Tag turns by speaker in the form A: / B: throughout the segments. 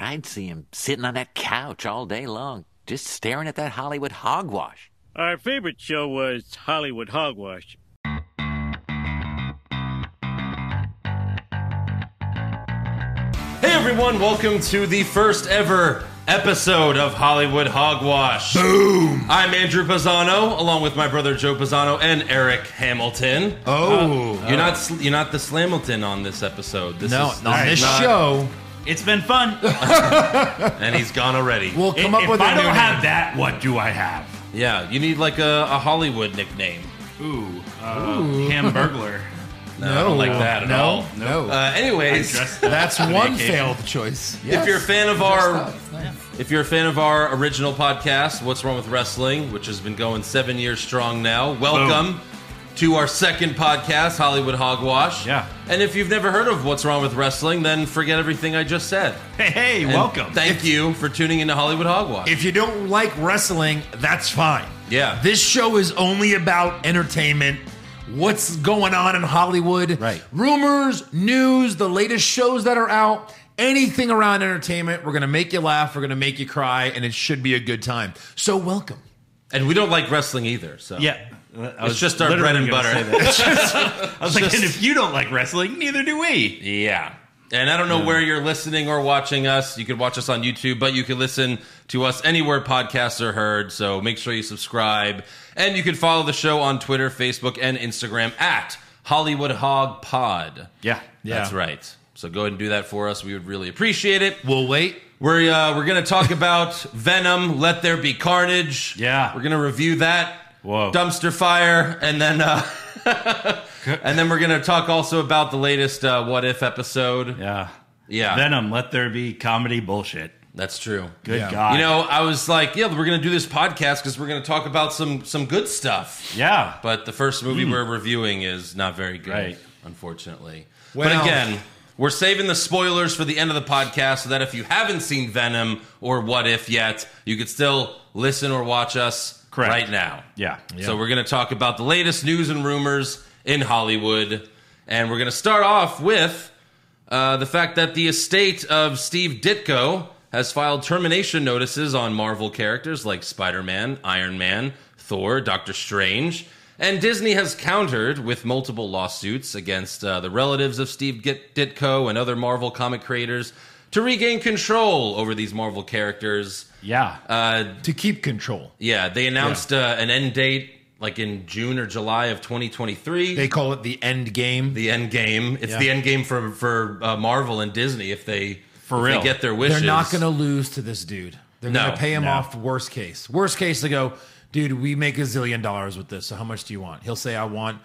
A: I'd see him sitting on that couch all day long, just staring at that Hollywood hogwash.
B: Our favorite show was Hollywood Hogwash.
C: Hey everyone, welcome to the first ever episode of Hollywood Hogwash. Boom! I'm Andrew Pisano, along with my brother Joe Pisano and Eric Hamilton.
D: Oh
C: You're not sl- you're not the Slamilton on this episode. This
D: no!
C: is,
D: on
C: is
D: this
C: not-
D: show,
E: It's been fun.
C: and he's gone already.
D: we'll come
E: if
D: up with
E: I
D: a
E: don't
D: new
E: have
D: name.
E: that, what do I have?
C: yeah, you need like a, a Hollywood nickname.
E: Ooh, uh, Hamburglar.
C: No, I don't like that at
D: no,
C: all.
D: No,
C: Uh, anyways,
E: Dressed up
D: that's
E: for the
D: one
E: occasion.
D: failed choice.
C: if you're a fan of our
D: nice.
C: If you're a fan of our original podcast, What's Wrong with Wrestling, which has been going seven years strong now, welcome to our second podcast, Hollywood Hogwash.
E: Yeah.
C: And if you've never heard of What's Wrong with Wrestling, then forget everything I just said.
E: Hey, hey,
C: And
E: welcome.
C: Thank you for tuning into Hollywood Hogwash.
D: if you don't like wrestling, that's fine.
C: Yeah.
D: This show is only about entertainment. What's going on in Hollywood?
C: Right.
D: Rumors, news, the latest shows that are out, anything around entertainment. We're going to make you laugh. We're going to make you cry, and it should be a good time. So, welcome.
C: and we don't like wrestling either, so
E: yeah,
C: it's just our bread and butter.
E: I was like, and if you don't like wrestling, neither do we.
C: Yeah. And I don't know where you're listening or watching us. You could watch us on YouTube, but you can listen to us anywhere podcasts are heard. So make sure you subscribe. And you can follow the show on Twitter, Facebook, and Instagram at Hollywood Hog Pod.
E: Yeah,
C: That's right. So go ahead and do that for us. We would really appreciate it.
D: We'll wait.
C: We're, uh, we're going to talk about Venom, Let There Be Carnage.
E: Yeah.
C: We're going to review that.
E: Whoa.
C: Dumpster fire. And then. Uh, And then we're going to talk also about the latest uh, What If episode.
E: Yeah.
C: Yeah,
E: Venom. Let there be comedy bullshit.
C: that's true.
E: Good
D: Yeah.
E: God.
C: You know, I was like, yeah, we're gonna do this podcast because we're gonna talk about some some good stuff.
E: Yeah. Hmm.
C: But the first movie we're reviewing is not very good,
E: Right.
C: unfortunately. but
D: Well-
C: again, we're saving the spoilers for the end of the podcast so that if you haven't seen Venom or What If yet, you could still listen or watch us
E: Correct.
C: right now.
E: Yeah.
C: So we're going to talk about the latest news and rumors in Hollywood, and we're going to start off with uh, the fact that the estate of Steve Ditko has filed termination notices on Marvel characters like Spider-Man, Iron Man, Thor, Doctor Strange, and Disney has countered with multiple lawsuits against uh, the relatives of Steve Git- Ditko and other Marvel comic creators to regain control over these Marvel characters.
E: Yeah.
D: To keep control,
C: Yeah, they announced uh, an end date like in June or July of 2023.
D: they call it the end game.
C: the end game. It's
D: Yeah.
C: the end game for for uh, Marvel and Disney if they
E: For
C: if they
E: real.
C: get their wishes.
D: They're not going to lose to this dude. They're
C: No.
D: going to pay him
E: No.
D: off worst case. Worst case, they go, dude, we make a zillion dollars with this. So how much do you want? He'll say, I want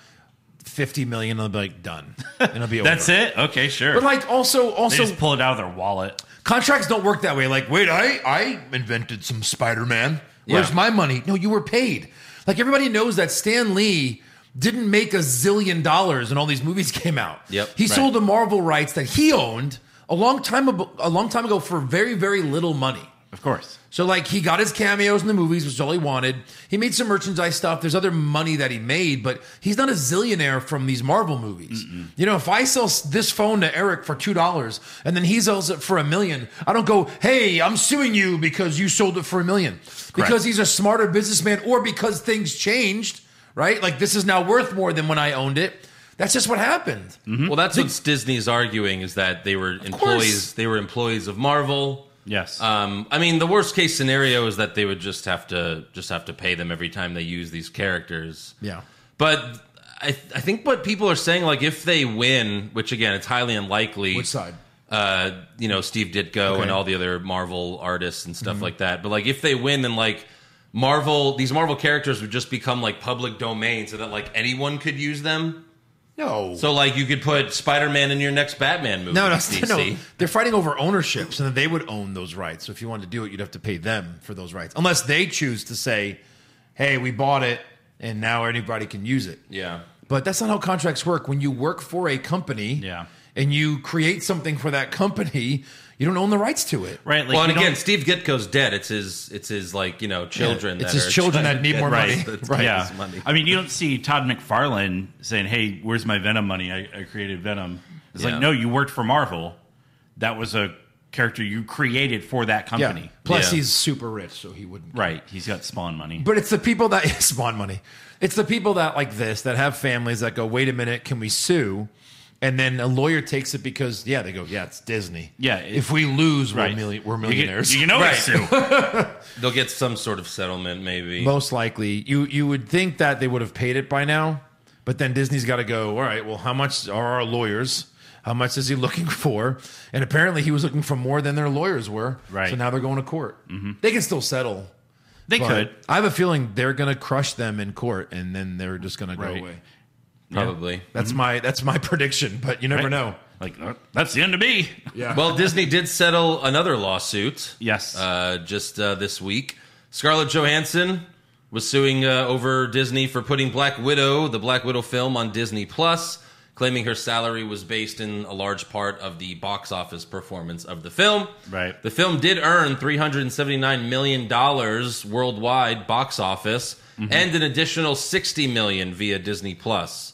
D: 50 million. And they'll be like, done. And it'll be over.
E: That's it. Okay, sure.
D: But like also,
E: they
D: also
E: just pull it out of their wallet.
D: contracts don't work that way. Like, wait, I, I invented some Spider-Man. Where's
C: Yeah.
D: my money? No, you were paid. Like everybody knows that Stan Lee didn't make a zillion dollars when all these movies came out.
C: Yep,
D: He
C: right.
D: sold the Marvel rights that he owned a long time, ab- a long time ago for very, very little money.
E: Of course.
D: So like he got his cameos in the movies, which is all he wanted. He made some merchandise stuff. There's other money that he made, but he's not a zillionaire from these Marvel movies. You know, if I sell s- this phone to Eric for two dollars and then he sells it for a million, I don't go, "Hey, I'm suing you because you sold it for a million. Because he's a smarter businessman, or because things changed, right? Like this is now worth more than when I owned it. That's just what happened.
C: Well, that's
D: Hmm?
C: what Disney's arguing is that they were employees. They were employees of Marvel.
E: Yes.
C: Um, I mean, the worst case scenario is that they would just have to just have to pay them every time they use these characters.
D: Yeah.
C: But I, I think what people are saying, like if they win, which again, it's highly unlikely.
D: Which side?
C: Uh, you know, Steve Ditko and all the other Marvel artists and
D: Mm-hmm.
C: stuff like that. But like, if they win, then like Marvel, these Marvel characters would just become like public domain, so that like anyone could use them.
D: No.
C: So like, you could put Spider Man in your next Batman movie.
D: No, no,
C: DC.
D: no. They're fighting over ownership, so that they would own those rights. So if you wanted to do it, you'd have to pay them for those rights, unless they choose to say, "Hey, we bought it, and now anybody can use it."
C: Yeah.
D: But that's not how contracts work. When you work for a company,
E: Yeah.
D: and you create something for that company, you don't own the rights to it.
E: right. Like
C: well, and
E: you don't-
C: again, Steve Ditko's dead. It's his. It's his like you know children.
D: It's
C: that
D: his
C: are
D: children that need more
E: Right.
D: money.
C: That's
D: Right.
E: yeah.
C: his money.
E: I mean, you don't see Todd McFarlane saying, "Hey, where's my Venom money? I, I created Venom." It's
C: Yeah.
E: like, no, you worked for Marvel. That was a character you created for that
D: Yeah.
E: company.
D: Plus,
C: Yeah.
D: he's super rich, so he wouldn't.
E: Right. He's got spawn money.
D: But it's the people that spawn money. It's the people that like this that have families that go, wait a minute, can we sue? And then a lawyer takes it because yeah, they go, yeah, it's Disney.
E: Yeah, it-
D: if we lose,
E: right.
D: we're, million, we're
E: You can-
D: millionaires.
E: You can always sue.
C: They'll get some sort of settlement, maybe.
D: Most likely, you you would think that they would have paid it by now, but then Disney's got to go. All right, well, how much are our lawyers? How much is he looking for? And apparently, he was looking for more than their lawyers were.
E: Right.
D: So now they're going to court. They can still settle.
E: They
D: but
E: could.
D: I have a feeling they're going to crush them in court, and then they're just going to go
E: Right.
D: away.
C: Probably.
D: That's my that's my prediction, but you never
E: Right.
D: know.
E: Like uh, that's the end of me.
D: Yeah.
C: Well, Disney did settle another lawsuit.
E: Yes.
C: Uh, just uh, this week, Scarlett Johansson was suing uh, over Disney for putting Black Widow, the Black Widow film, on Disney Plus, claiming her salary was based in a large part of the box office performance of the film.
E: Right.
C: The film did earn 379 million dollars worldwide box office and an additional 60 million via Disney Plus.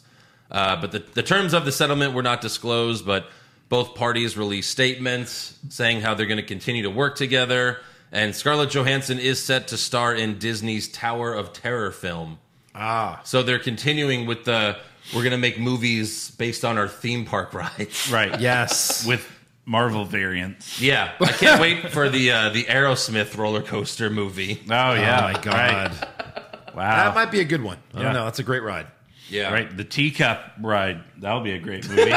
C: Uh, but the, the terms of the settlement were not disclosed, but both parties released statements saying how they're going to continue to work together. And Scarlett Johansson is set to star in Disney's Tower of Terror film. Ah. So they're continuing with the we're going to make movies based on our theme park rides.
E: right.
D: yes.
E: With Marvel variants.
C: Yeah, I can't wait for the uh, the Aerosmith roller coaster movie.
E: Oh yeah.
D: my
E: Right.
D: God. Oh.
E: Wow.
D: that might be a good one. I
E: Yeah.
D: don't know. That's a great ride.
C: Yeah,
E: right. The teacup ride. That'll be a great movie.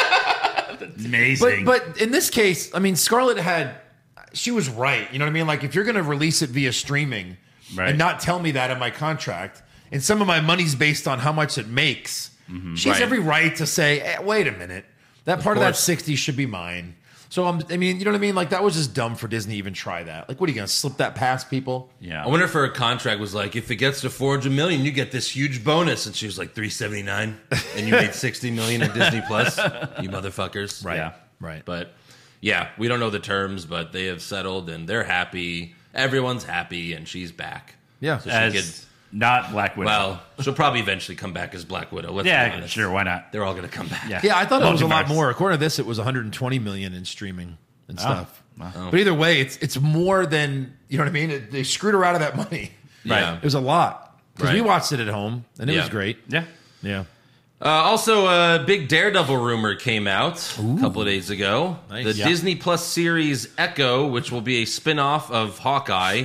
E: Amazing.
D: But but in this case, I mean, Scarlett had she was right. You know what I mean? Like if you're going to release it via streaming
E: Right.
D: and not tell me that in my contract, and some of my money's based on how much it makes, she has
C: Right.
D: every Mm-hmm. right to say, eh, "Wait a minute, that part of that
C: course.
D: sixty should be mine." So I'm, I mean, you know what I mean? Like that was just dumb for Disney to even try that. Like, what are you going to slip that past people?
E: yeah.
C: I wonder if her contract was like, if it gets to four hundred million, you get this huge bonus, and she was like three seventy nine, and you made sixty million at Disney Plus, you motherfuckers.
E: Right. Yeah.
D: Right.
C: But yeah, we don't know the terms, but they have settled, and they're happy. Everyone's happy, and she's back.
D: Yeah.
C: so she
E: As
C: could.
E: not Black Widow.
C: Well, she'll probably eventually come back as Black Widow. Let's be
E: yeah.
C: honest.
E: Sure. Why not?
C: They're all gonna come back.
D: Yeah, I thought it was a lot
E: Multiverse.
D: more. According to this, it was 120 million in streaming and stuff. But either way, it's it's more than you know what I mean. It- they screwed her out of that money.
C: Yeah.
D: It was a lot because we
C: Right.
D: watched it at home and it
C: Yeah.
D: was great.
E: Yeah.
D: Yeah,
C: Uh, also, a big Daredevil rumor came out a couple of days ago. The
D: Yeah.
C: Disney Plus series Echo, which will be a spin-off of Hawkeye.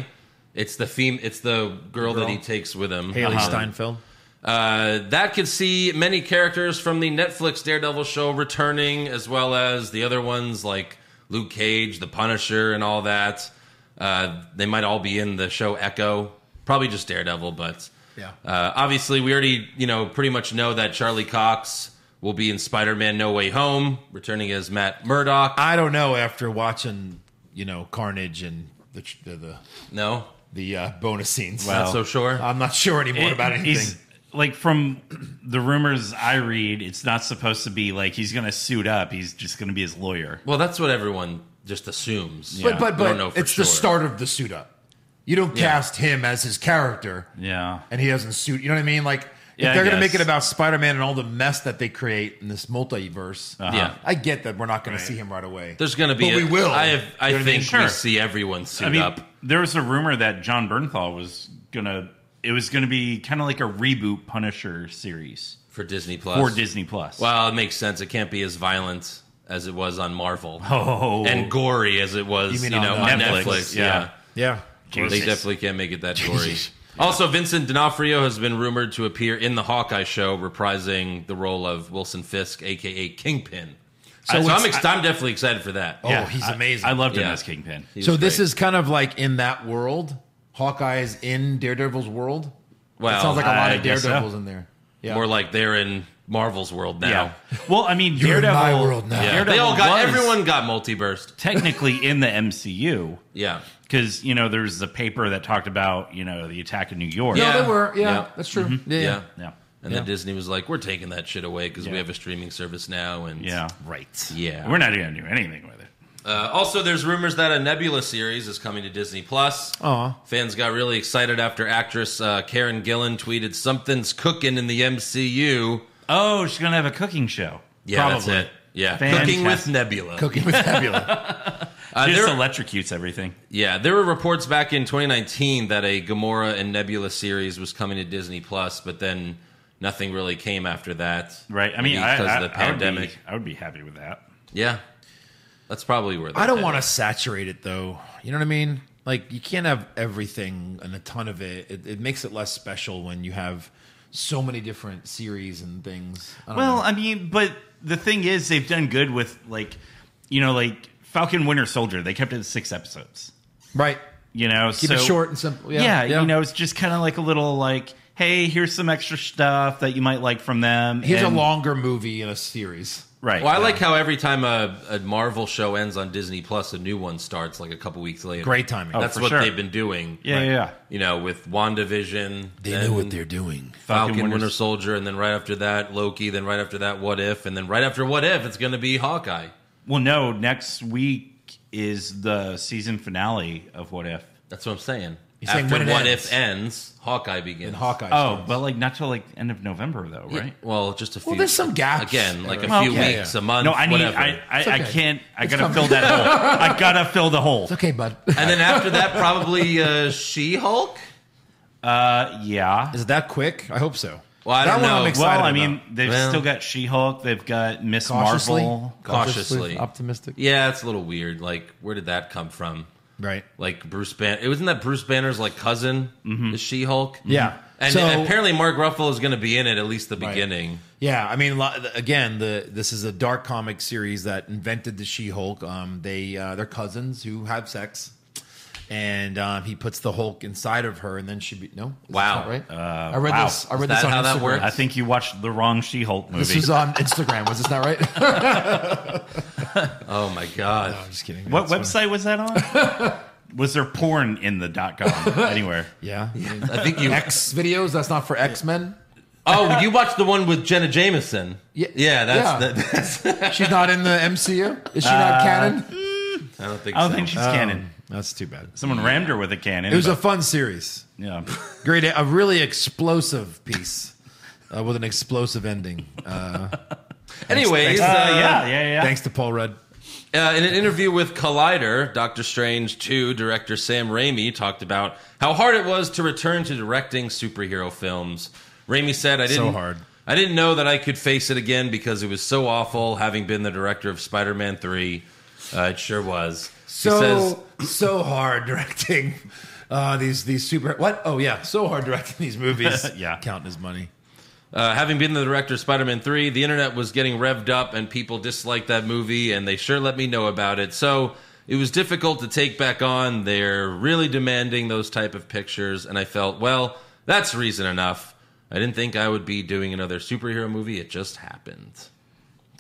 C: It's the theme. It's the girl, that he takes with him.
D: Haley
C: Uh-huh.
D: Steinfeld.
C: Uh, that could see many characters from the Netflix Daredevil show returning, as well as the other ones like Luke Cage, The Punisher, and all that. Uh, they might all be in the show Echo. Probably just Daredevil, but
D: Yeah.
C: Uh, obviously, we already you know pretty much know that Charlie Cox will be in Spider-Man: No Way Home, returning as Matt Murdock.
D: I don't know after watching you know Carnage and the tr- the the,
C: No,
D: the uh, bonus scenes.
C: not so sure.
D: I'm not sure anymore
E: It-
D: about
E: he's-
D: anything.
E: Like from the rumors I read, it's not supposed to be like he's going to suit up. He's just going to be his lawyer.
C: well, that's what everyone just assumes.
D: But but
C: We don't
D: but
C: know for
D: it's
C: sure.
D: the start of the suit up. You don't cast him as his character.
E: Yeah.
D: and he doesn't suit. You know what I mean? Like
E: Yeah, I
D: if they're gonna
E: guess.
D: make it about Spider Man and all the mess that they create in this multiverse,
C: Yeah.
D: I get that we're not gonna see him Uh-huh. right away.
C: There's going to be.
D: But
C: a-
D: we will.
C: I have. I
D: You know what
C: think
D: I mean?
C: we
E: Sure.
C: see everyone suit
E: I mean,
C: up.
E: there was a rumor that John Bernthal was going to. It was going to be kind of like a reboot Punisher series
C: for Disney Plus.
E: for Disney Plus.
C: Well, it makes sense. It can't be as violent as it was on Marvel
E: oh,
C: and gory as it was, you,
D: You mean
C: know,
D: on,
C: on,
D: uh,
C: Netflix.
E: Netflix,
C: Yeah,
E: yeah.
D: yeah.
C: they
E: Jesus.
C: definitely can't make it that gory. Also, Vincent D'Onofrio has been rumored to appear in the Hawkeye show, reprising the role of Wilson Fisk, aka Kingpin. So,
D: it's-
C: I'm, ex- I'm definitely excited for that.
D: Oh, he's
E: I-
D: amazing.
E: I, loved him
C: Yeah.
E: as Kingpin.
C: He
D: so
C: was
D: this
C: great.
D: is kind of like in that world. Hawkeye is in Daredevil's world.
C: well,
D: it sounds like a lot
E: I
D: of
E: guess so.
D: Daredevils in there. Yeah.
C: more like they're in Marvel's world now.
E: Yeah. Well, I mean,
D: You're in
E: Daredevil.
D: my world now.
C: Yeah.
E: Daredevil
C: they all got
E: was
C: everyone got multiversed.
E: technically in the MCU
C: Yeah.
E: because you know there's the paper that talked about you know the attack in New York.
C: Yeah.
D: No, they were. Yeah,
C: Yeah.
D: that's true. Yeah.
C: Yeah.
E: Yeah.
C: And then Disney was like, "We're taking that shit away because we
E: Yeah.
C: have a streaming service now." And
E: Yeah.
D: Right.
C: yeah.
E: We're not going to do anything with it.
C: uh, also, there's rumors that a Nebula series is coming to Disney Plus.
D: Aw.
C: Fans got really excited after actress uh, Karen Gillan tweeted, "Something's cooking in the MCU."
E: Oh, she's going to have a cooking show.
C: Yeah, that's
D: Probably.
C: it. Yeah,
E: Fantastic.
C: cooking with Nebula.
D: Cooking with Nebula.
C: Uh,
E: just
C: there-
E: electrocutes everything.
C: Yeah, there were reports back in 2019 that a Gamora and Nebula series was coming to Disney Plus, but then nothing really came after that.
E: Right. I mean,
C: Maybe
E: I,
C: because
E: I-
C: of the
E: I would be-
C: pandemic.
E: I would be happy with that.
C: Yeah, that's probably where.
D: I don't want to saturate it though. You know what I mean? Like you can't have everything and a ton of it. It, it makes it less special when you have so many different series and things. I
C: Oh,
D: don't
E: Well,
D: know.
E: I mean, but the thing is, they've done good with like, you know, like Falcon Winter Soldier. They kept it to six episodes.
D: right?
E: You know,
D: Keep it
E: so-
D: short and simple. Yeah,
E: Yeah, you know, it's just kind of like a little like, hey, here's some extra stuff that you might like from them.
D: here's
E: and-
D: a longer movie in a series.
E: right.
C: Well, I like how every time a, a Marvel show ends on Disney Plus, a new one starts like a couple weeks later.
D: Great timing.
E: Oh,
C: That's
E: for
C: what
E: sure.
C: they've been doing.
E: Yeah, yeah, yeah.
C: You know, with WandaVision.
D: they
C: then
D: know what they're doing.
C: Falcon,
E: Falcon,
C: Winter
E: Winter-
C: Soldier, and then right after that, Loki, then right after that, What If, and then right after What If, it's going to be Hawkeye.
E: Well, no, next week is the season finale of What If.
C: That's what I'm saying.
D: He's saying
C: after
D: when it
C: What
D: ends.
C: If ends, Hawkeye begins.
D: And Hawkeye.
E: Oh,
D: starts.
E: but like not till like end of November though,
C: Yeah,
E: right?
C: Well, just a few.
D: there's some gaps.
C: Again, like a
D: Well,
C: few
D: yeah,
C: weeks,
D: yeah.
C: a month.
E: No, I need.
C: Whatever.
E: I I,
D: It's
E: I
D: okay.
E: can't. I
D: It's
E: gotta
D: coming.
E: fill that hole. I gotta fill the hole.
D: okay, bud.
C: and then after that, probably uh, She Hulk.
E: Uh, yeah.
D: Is it that quick? I hope so.
C: Well, I
D: that
C: don't
D: one
C: know.
D: I'm
C: Well,
D: excited
E: Well, I
D: about.
E: mean, they've
C: Well-
E: still got She-Hulk. They've got Miss
D: cautiously,
E: Marvel.
C: Cautiously.
D: optimistic.
C: Yeah, it's a little weird. Like, where did that come from?
D: Right.
C: Like Bruce Banner. It wasn't that Bruce Banner's like cousin, the She Hulk.
D: Mm-hmm. Yeah.
C: And
D: So-
C: apparently, Mark Ruffalo is going to be in it at least the beginning.
D: Yeah, I mean, lo- again, the this is a dark comic series that invented the She-Hulk. Um, they uh, they're cousins who have sex, and um, he puts the Hulk inside of her, and then she be no. Is Uh,
C: Wow.
D: that right? I read
E: wow.
D: this. I
C: Is
D: read
C: that
D: this on
C: how that
D: Instagram.
C: works?
E: I think you watched the wrong She-Hulk movie.
D: This was on Instagram. Was this not right? no,
C: Oh my god!
D: I'm just kidding.
E: what
D: That's funny.
E: website was that on? was there porn in the dot com anywhere?
D: Yeah.
C: I think you.
D: X videos. That's not for X Men.
C: oh, you watched the one with Jenna Jameson.
D: Ye-
C: yeah. That's.
D: yeah.
C: That, that's
D: She's not in the MCU. Is she not canon?
C: I don't think.
E: I don't
C: so.
E: think she's Uh, canon.
D: Oh, That's too bad.
E: Someone rammed her with a cannon.
D: Um, It was a
E: but-
D: fun series.
E: yeah. Uh,
D: Great, a really explosive piece uh, with an explosive ending. Uh,
C: Anyways,
D: Thanks-
E: Uh,
C: uh,
E: yeah, yeah, yeah.
D: thanks to Paul Rudd.
C: Uh, in an interview with Collider, Doctor Strange 2 director Sam Raimi talked about how hard it was to return to directing superhero films. Raimi said, "I
D: So
C: didn't
D: hard.
C: I didn't know that I could face it again because it was so awful. Having been the director of Spider-Man 3, uh, it sure was."
D: So
C: he says,
D: so hard directing uh, these these super what? Oh yeah, so hard directing these movies.
E: Yeah.
D: counting his money.
C: uh, "Having been the director of Spider-Man 3, the internet was getting revved up and people disliked that movie, and they sure let me know about it." So. It was difficult to take back on. They're really demanding those type of pictures, and I felt, well, that's reason enough. I didn't think I would be doing another superhero movie. It just happened.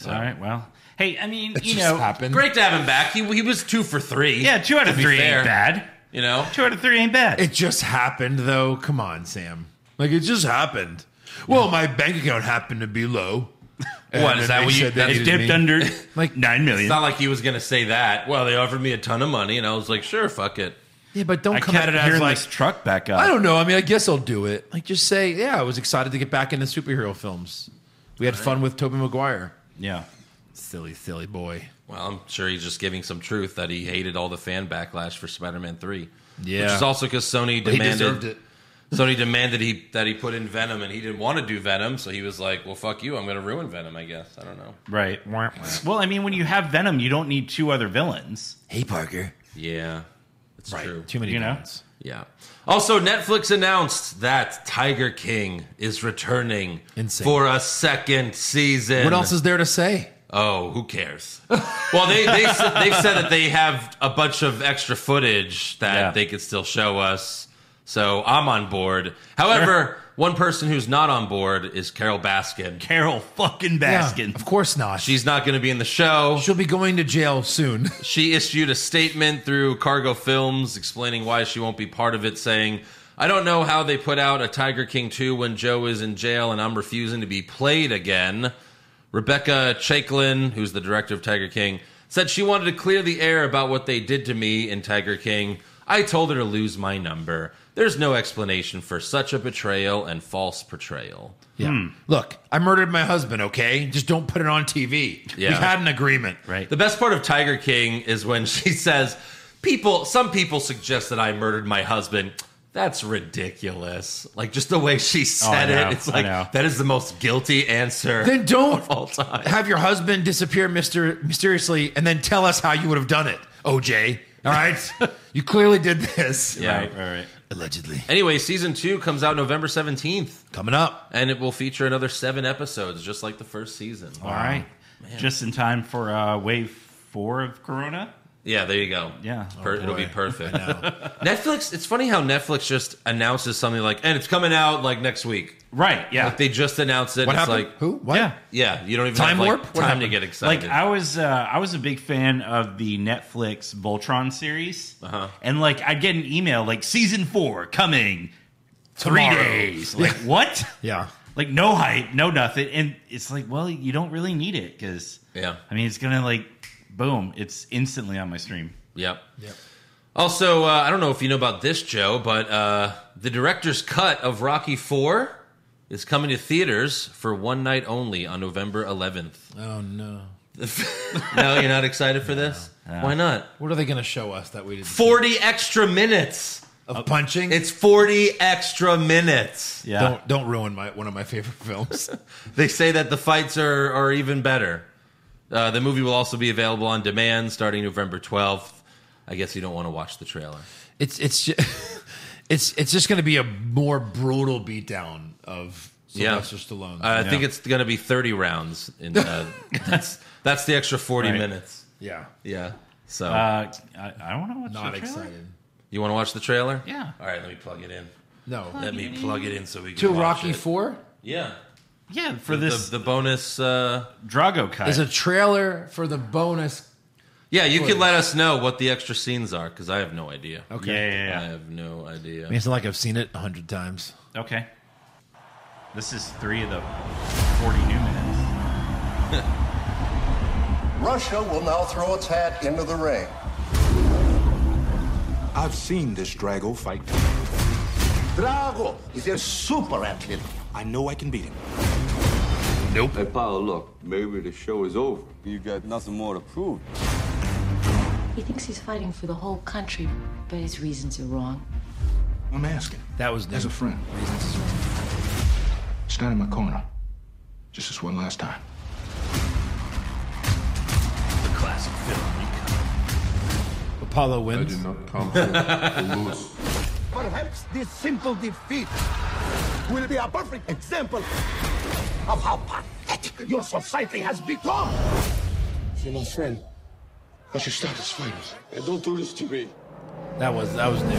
E: All right. Well, hey, I mean,
D: It
E: you
D: just
E: know,
D: happened.
C: Great to have him back. He he was two for three.
E: yeah, two out
C: to
E: of
C: be
E: three
C: fair.
E: ain't bad.
C: You know,
E: Two out of three ain't bad.
D: It just happened though. Come on, Sam. Like it just happened. Well, my bank account happened to be low. And
C: What, is
D: then
C: that
D: they
C: what you-
D: said they
C: that's
E: it
D: needed
E: dipped
D: me.
E: under
D: Like-
E: like nine
C: it's
E: million.
C: not like he was going to say that. Well, they offered me a ton of money, and I was like, sure, fuck it.
D: Yeah, but don't
E: I
D: come at
E: kept
D: it as
E: hearing
D: like
E: this truck back up.
D: I don't know. I mean, I guess I'll do it. Like, just say, yeah, I was excited to get back into superhero films. We had fun with Tobey Maguire.
E: yeah.
D: Silly, silly boy.
C: Well, I'm sure he's just giving some truth that he hated all the fan backlash for Spider-Man Three. which
D: Yeah.
C: is also because Sony
D: He
C: demanded
D: deserved it.
C: Sony demanded he that he put in Venom, and he didn't want to do Venom, so he was like, "Well, fuck you, I'm going to ruin Venom." I guess I don't know.
E: Right. Well, I mean, when you have Venom, you don't need two other villains.
D: Hey, Parker.
C: Yeah, it's true.
D: Too many
E: You know?
D: villains.
C: Yeah. Also, Netflix announced that Tiger King is returning
D: Insane.
C: for a second season.
D: What else is there to say?
C: Oh, who cares? well, they they s- they've said that they have a bunch of extra footage that
E: Yeah.
C: they could still show us. So I'm on board. However, one person who's not on board is Carol Baskin.
E: Carol fucking Baskin.
D: Yeah, of course not.
C: She's not going to be in the show.
D: She'll be going to jail soon.
C: She issued a statement through Cargo Films explaining why she won't be part of it, saying, I don't know how they put out a Tiger King 2 when Joe is in jail and I'm refusing to be played again. Rebecca Chaklin, who's the director of Tiger King, said she wanted to clear the air about what they did to me in Tiger King. I told her to lose my number. There's no explanation for such a betrayal and false portrayal.
D: Yeah. Hmm. Look, I murdered my husband, okay? Just don't put it on TV. We
C: Yeah.
D: had an agreement.
E: Right.
C: The best part of Tiger King is when she says, "People, some people suggest that I murdered my husband." That's ridiculous. Like just the way she said
E: know,
C: it, it's
E: Oh, I
C: like
E: know.
C: that is the most guilty answer
D: Then don't
C: of all time.
D: have your husband disappear myster- mysteriously and then tell us how you would have done it, OJ. All right? you clearly did this.
C: Yeah.
E: Right, right, right.
D: Allegedly.
C: Anyway, season two comes out November seventeenth,
D: Coming up.
C: and it will feature another seven episodes, just like the first season.
E: All right. Just in time for uh, wave four of Corona.
C: Yeah, there you go.
E: Yeah. Oh,
C: Per- it'll be
D: boy.
C: perfect. Netflix. It's funny how Netflix just announces something like, and it's coming out like next week.
E: Right. Yeah.
C: Like they just announced it.
D: What
C: it's
D: happened?
C: like,
D: Who? What?
E: yeah.
C: yeah, you don't even
D: Time
C: have, like,
D: warp? What
C: time to
D: happened?
C: get
E: Like
C: excited.
E: I was, uh, I was a big fan of the Netflix Voltron series, uh-huh. and like I'd get an email like season four coming three
D: Tomorrow.
E: days. Like what?
D: Yeah.
E: Like no hype, no nothing, and it's like, well, you don't really need it because
C: Yeah.
E: I mean, it's gonna like boom, it's instantly on my stream.
C: Yep.
D: Yep.
C: Also, uh, I don't know if you know about this, Joe, but uh, the director's cut of Rocky Four is coming to theaters for one night only on November 11th.
D: Oh, no.
C: no, you're not excited for this? Why not?
D: What are they going to show us that we didn't
C: 40 extra minutes.
D: Of punching?
C: It's 40 extra minutes.
E: Yeah,
D: Don't don't ruin my one of my favorite films.
C: They say that the fights are, are even better. Uh, the movie will also be available on demand starting November 12th. I guess you don't want to watch the trailer.
D: it's it's ju- it's it's just going to be a more brutal beatdown of Sylvester Stallone.
C: Uh, I think it's going to be 30 rounds. In, uh, that's, that's the extra 40
E: Right.
C: minutes.
D: yeah,
C: Yeah. So
E: uh, I, I want to watch.
D: not
E: the trailer.
D: excited.
C: you want to watch the trailer?
E: Yeah.
C: All right, let me plug it in.
D: No,
C: Let me plug it in so we can
D: to
C: watch
D: Rocky
C: it.
D: Four
C: Yeah.
E: Yeah, for this
C: the, the bonus. Uh,
E: Drago cut.
D: is a trailer for the bonus.
C: yeah, you can let us know what the extra scenes are because I have no idea.
E: yeah,
C: I
E: yeah,
C: have no idea.
D: It's not like I've seen it a hundred times.
E: yeah. Okay. This is three of the forty new minutes.
F: Russia will now throw its hat into the ring.
G: I've seen this Drago fight.
F: Drago is a super athlete.
G: I know I can beat him.
H: Hey, Paolo, look, maybe the show is over. You got nothing more to prove.
I: He thinks he's fighting for the whole country, but his reasons are wrong.
G: I'm asking.
D: That was
G: As a friend. Stand in my corner. Just this one last time.
D: Apollo wins.
F: Perhaps this simple defeat will be a perfect example of how pathetic your society has become.
G: You're my friend. I should stop this fight. Don't do this to me.
D: That was that was new.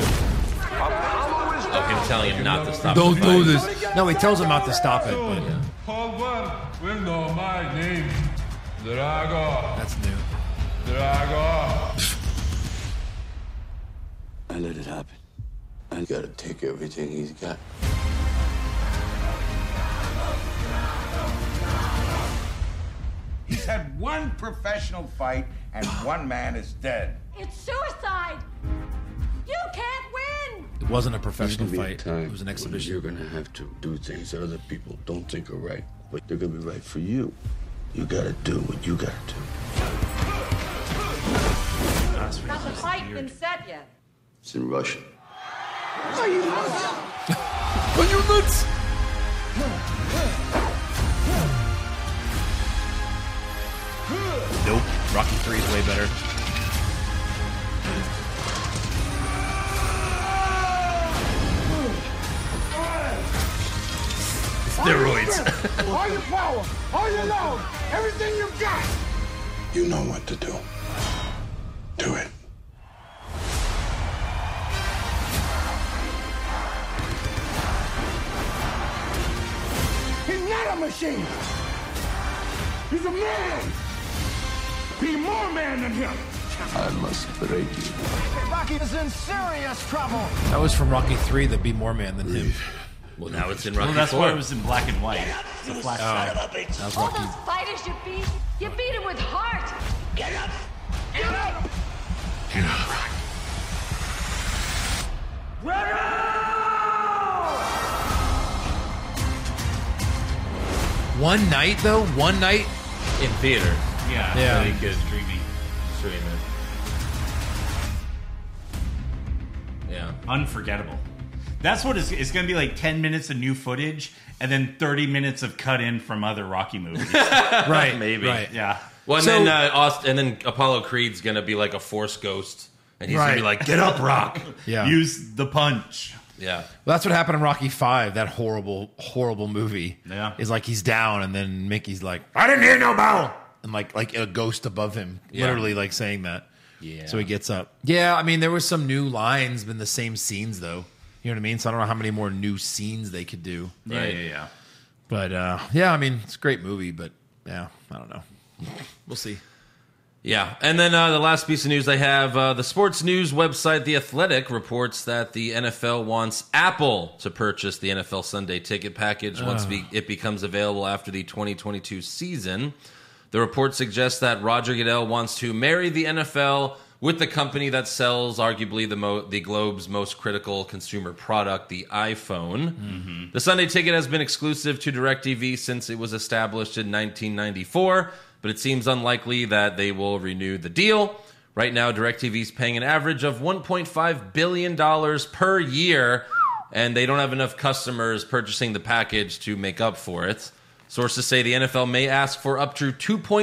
C: Of him telling him not to stop.
D: Don't
C: the
D: do
C: fight.
D: this. No, he tells him not to stop it. But
J: Hold on, we know my name. Drago,
D: that's new.
J: Drago.
H: I let it happen. I gotta take everything he's got.
J: He's had one professional fight, and one man is dead.
K: It's suicide! You can't win!
D: It wasn't a professional
H: There's gonna be a
D: fight.
H: time
D: It was an
H: when You're
D: exhibition.
H: gonna have to do things that other people don't think are right, but they're gonna be right for you. You gotta do what you gotta do.
K: Has the fight been said yet?
H: It's in Russian.
D: Are you nuts?
E: Nope. Rocky three is way better.
F: Steroids. all your power, all your love, everything you've got.
G: You know what to do. Do it.
F: He's not a machine. He's a man. Be more man than him.
H: I must break you.
F: Rocky is in serious trouble.
D: That was from Rocky Three. That be more man than him.
C: Well, now it's in Rocky
E: Well, that's
C: Four.
E: why it was in black and white. It's a flashback.
K: All those fighters you beat, you beat him with heart! Get up! Get up!
G: Get up, Rock.
D: one night though, one night
C: in theater.
E: Yeah,
D: Yeah.
E: So he could streaming.
C: Streaming. Yeah.
E: Unforgettable. That's what it's, it's going to be like 10 minutes of new footage and then 30 minutes of cut in from other Rocky movies.
D: right,
C: Maybe.
D: right.
E: yeah.
C: Well, and
D: So-
C: then uh, Aust- and then Apollo Creed's gonna be like a force ghost, and he's gonna be
D: Right.
C: like, "Get up, Rock."
D: Yeah.
E: Use the punch.
C: yeah.
D: Well, that's what happened in Rocky Five. That horrible, horrible movie.
E: Yeah.
D: is like he's down, and then Mickey's like, "I didn't hear no bell," and like like a ghost above him,
C: Yeah.
D: literally like saying that.
C: Yeah.
D: So he gets up. Yeah, I mean, there was some new lines in the same scenes though. You know what I mean? So I don't know how many more new scenes they could do.
E: Yeah,
C: Right.
E: yeah, yeah.
D: But uh, yeah, I mean, it's a great movie, but yeah, I don't know. We'll see.
C: Yeah, and then uh, the last piece of news I have: uh, the sports news website The Athletic reports that the NFL wants Apple to purchase the NFL Sunday ticket package once
E: Ah.
C: be- it becomes available after the 2022 season. The report suggests that Roger Goodell wants to marry the NFL with the company that sells arguably the mo- the globe's most critical consumer product, the iPhone.
E: Hmm.
C: The Sunday ticket has been exclusive to DirecTV since it was established in 1994, but it seems unlikely that they will renew the deal. Right now, DirecTV is paying an average of $1.5 billion per year, and they don't have enough customers purchasing the package to make up for it. Sources say the NFL may ask for up to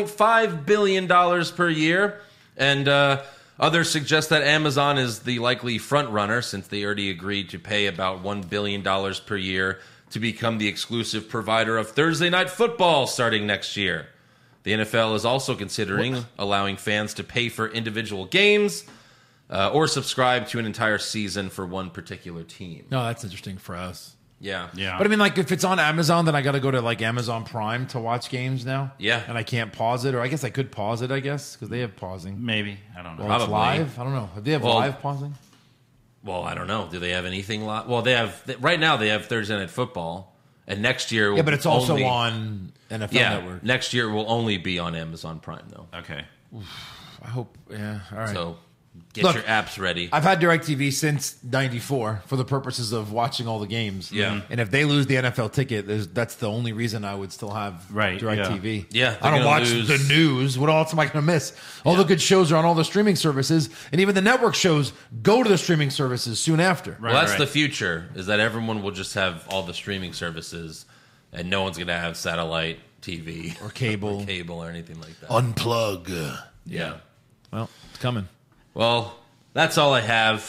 C: $2.5 billion per year, and uh, others suggest that Amazon is the likely front runner since they already agreed to pay about $1 billion per year to become the exclusive provider of Thursday Night Football starting next year. The NFL is also considering allowing fans to pay for individual games uh, or subscribe to an entire season for one particular team.
D: No, that's interesting for us.
C: Yeah.
E: Yeah.
D: But I mean, like, if it's on Amazon, then I got to go to like Amazon Prime to watch games now.
C: Yeah.
D: and I can't pause it, or I guess I could pause it. I guess because they have pausing.
E: Maybe. I don't know.
D: Well, it's
C: Probably.
D: live. I don't know. Do they have
C: Well-
D: live pausing?
C: Well, I don't know. Do they have anything? Li- well, they have th- right now. They have Thursday Night Football, and next year,
D: Yeah, but it's also
C: only-
D: on NFL
C: Yeah,
D: Network.
C: next year will only be on Amazon Prime though.
E: okay.
D: I hope. Yeah. All right.
C: So get
D: Look,
C: your apps ready.
D: I've had DirecTV since '94 for the purposes of watching all the games.
C: Yeah.
D: And if they lose the NFL ticket, there's, that's the only reason I would still have
E: Right,
D: DirecTV.
C: yeah. Yeah, they're
D: I don't
C: gonna
D: watch
C: lose-
D: the news. What else am I going to miss? All the good shows are on all the streaming services, and even the network shows go to the streaming services soon after.
E: Right,
C: well, that's
E: right.
C: the future. Is that everyone will just have all the streaming services, and no one's going to have satellite TV
D: Or cable. Oh,
C: or cable, or anything like that.
D: Unplug.
C: yeah.
D: Well, it's coming.
C: Well, that's all I have.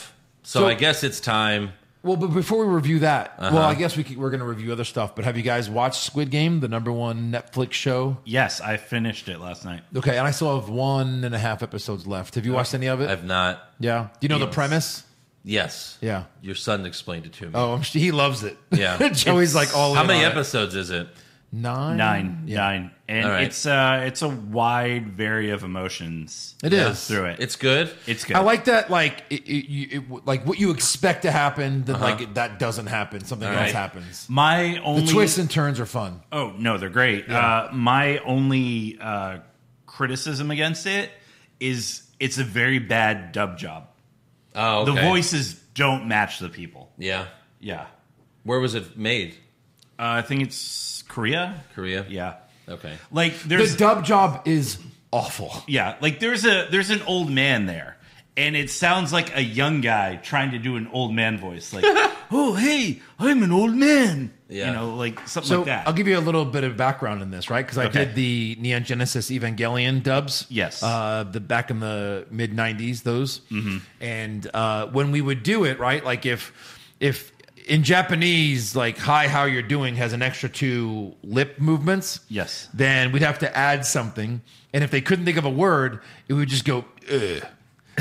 C: So,
D: So-
C: I guess it's time.
D: Well, but before we review that, well,
C: Uh-huh.
D: I guess we could, we're going to review other stuff. But have you guys watched Squid Game, the number one Netflix show?
E: Yes, I finished it last night.
D: Okay, and I still have one and a half episodes left. Have you watched any of it?
C: I've not.
D: yeah. Do you know the
C: Yes.
D: premise?
C: Yes.
D: Yeah.
C: Your son explained it to me.
D: Oh, I'm, sh- he loves it.
C: Yeah.
D: Joey's like all
C: How
D: in
C: many
D: on it.
C: episodes is it?
D: Nine.
E: Nine, nine, and
C: All right.
E: it's uh, it's a wide vary of emotions.
D: It is.
E: through it. It's
C: It's good.
E: it's good.
D: I like that, like it, it, you- it, w- like what you expect to happen, then like that doesn't happen. Something
C: Uh-huh. All
D: else
C: right.
D: happens.
E: my
D: The
E: only
D: twists and turns are fun.
E: Oh no, they're great. Uh, my only uh, criticism against it is it's a very bad dub job.
C: Oh,
E: The
C: okay.
E: voices don't match the people.
C: Yeah.
E: Yeah, uh,
C: Where was it made?
E: I think it's Korea.
C: Korea.
E: Yeah,
C: Okay.
E: like
D: The
E: there's
D: dub job is awful.
E: yeah, like there's a there's an old man there, and it sounds like a young guy trying to do an old man voice, like oh hey, I'm an old man.
C: Yeah.
E: you know, like something
D: So
E: like that.
D: I'll give you a little bit of background in this, right? Because I
E: Okay.
D: did the Neon Genesis Evangelion dubs.
E: Yes.
D: Uh, the back in the mid '90s, those. And uh, when we would do it, right? Like if if in Japanese, like "Hi, how you're doing" has an extra two lip movements.
E: Yes.
D: Then we'd have to add something, and if they couldn't think of a word, it would just go. Ugh.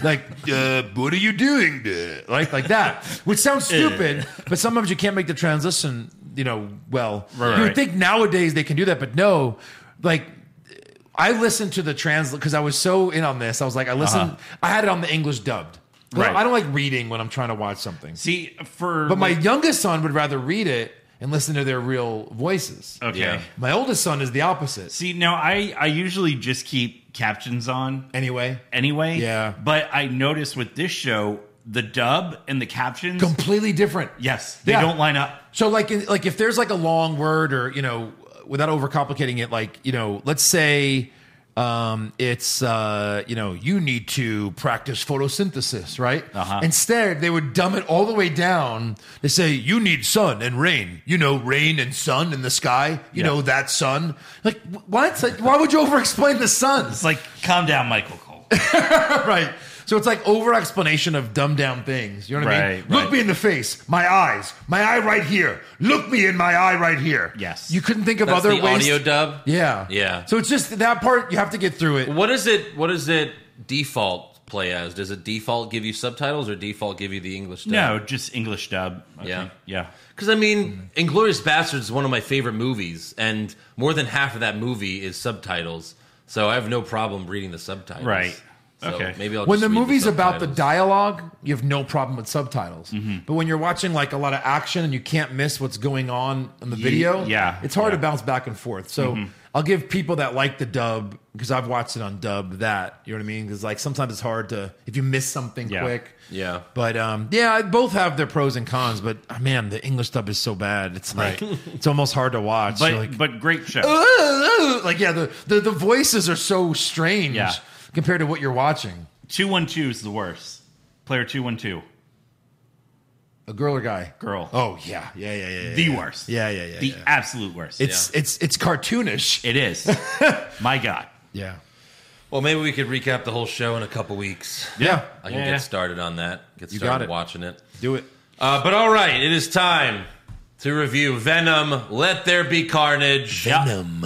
D: Like, uh, what are you doing? Uh, Like, like that, which sounds stupid, but sometimes you can't make the transition, you know, well.
E: Right,
D: you would
E: right.
D: think nowadays they can do that, but no. Like, I listened to the translate because I was so in on this. I was like, I listened, I had it on the English dubbed. Well,
E: Uh-huh. Right.
D: I don't like reading when I'm trying to watch something.
E: See for
D: But my youngest son would rather read it and listen to their real voices.
E: okay.
C: Yeah.
D: My oldest son is the opposite.
E: See, now I I usually just keep captions on
D: Anyway,
E: anyway.
D: Yeah.
E: But I noticed with this show, the dub and the captions.
D: completely different.
E: yes, they
D: Yeah.
E: don't line up.
D: So like in- like if there's like a long word or you know without overcomplicating it, like you know, let's say um, it's uh, you know you need to practice photosynthesis, right?
E: Uh-huh.
D: Instead, they would dumb it all the way down. They say you need sun and rain. You know, rain and sun in the sky. You
E: Yeah.
D: know that sun. Like wh- what? Like, why would you over-explain the sun? It's
E: like calm down, Michael Cole.
D: right. So it's like over-explanation of dumbed down things. You know what I mean?
E: Right,
D: Look
E: right.
D: me in the face. My eyes. My eye right here. Look me in my eye right here.
E: Yes.
D: You couldn't think of
C: That's
D: other
C: the
D: ways.
C: audio dub.
D: Yeah.
C: Yeah.
D: So it's just that part you have to get through it.
C: What is it? What does it default play as? Does it default give you subtitles or default give you the English? Dub?
E: No, just English dub. I
C: Yeah.
E: think. yeah.
C: Because I mean, Inglorious Bastards is one of my favorite movies, and more than half of that movie is subtitles. So I have no problem reading the subtitles.
E: Right.
C: So
E: Okay.
C: Maybe I'll
D: when
C: just
D: the
C: read
D: movie's about the
C: subtitles.
D: dialogue, you have no problem with subtitles.
E: Mm-hmm.
D: But when you're watching like a lot of action and you can't miss what's going on in the
E: Ye-
D: video,
E: yeah,
D: it's hard
E: yeah.
D: to bounce back and forth. So
E: Mhm.
D: I'll give people that like the dub because I've watched it on dub that you know what I mean because like sometimes it's hard to if you miss something
E: Yeah.
D: quick.
C: Yeah.
D: But um, yeah, both have their pros and cons. But ah, man, the English dub is so bad; it's like
E: Right.
D: it's almost hard to watch.
E: But
D: You're like,
E: but great show.
D: "Ugh, ugh." like yeah, the, the the voices are so strange
E: Yeah.
D: compared to what you're watching.
E: Two one two is the worst. Player two one two.
D: A girl or guy?
E: Girl.
D: Oh yeah, yeah, yeah, yeah. yeah,
E: The
D: yeah.
E: worst.
D: Yeah, yeah, yeah.
E: The
D: yeah.
E: absolute worst.
D: It's it's it's cartoonish.
E: It is. My God.
D: Yeah.
C: Well, maybe we could recap the whole show in a couple weeks.
D: Yeah.
C: I can
E: Yeah.
C: get started on that. Get
D: You
C: started
D: got it.
C: watching it.
D: Do it.
C: Uh, but all right, it is time to review Venom. Let there be carnage.
D: Venom.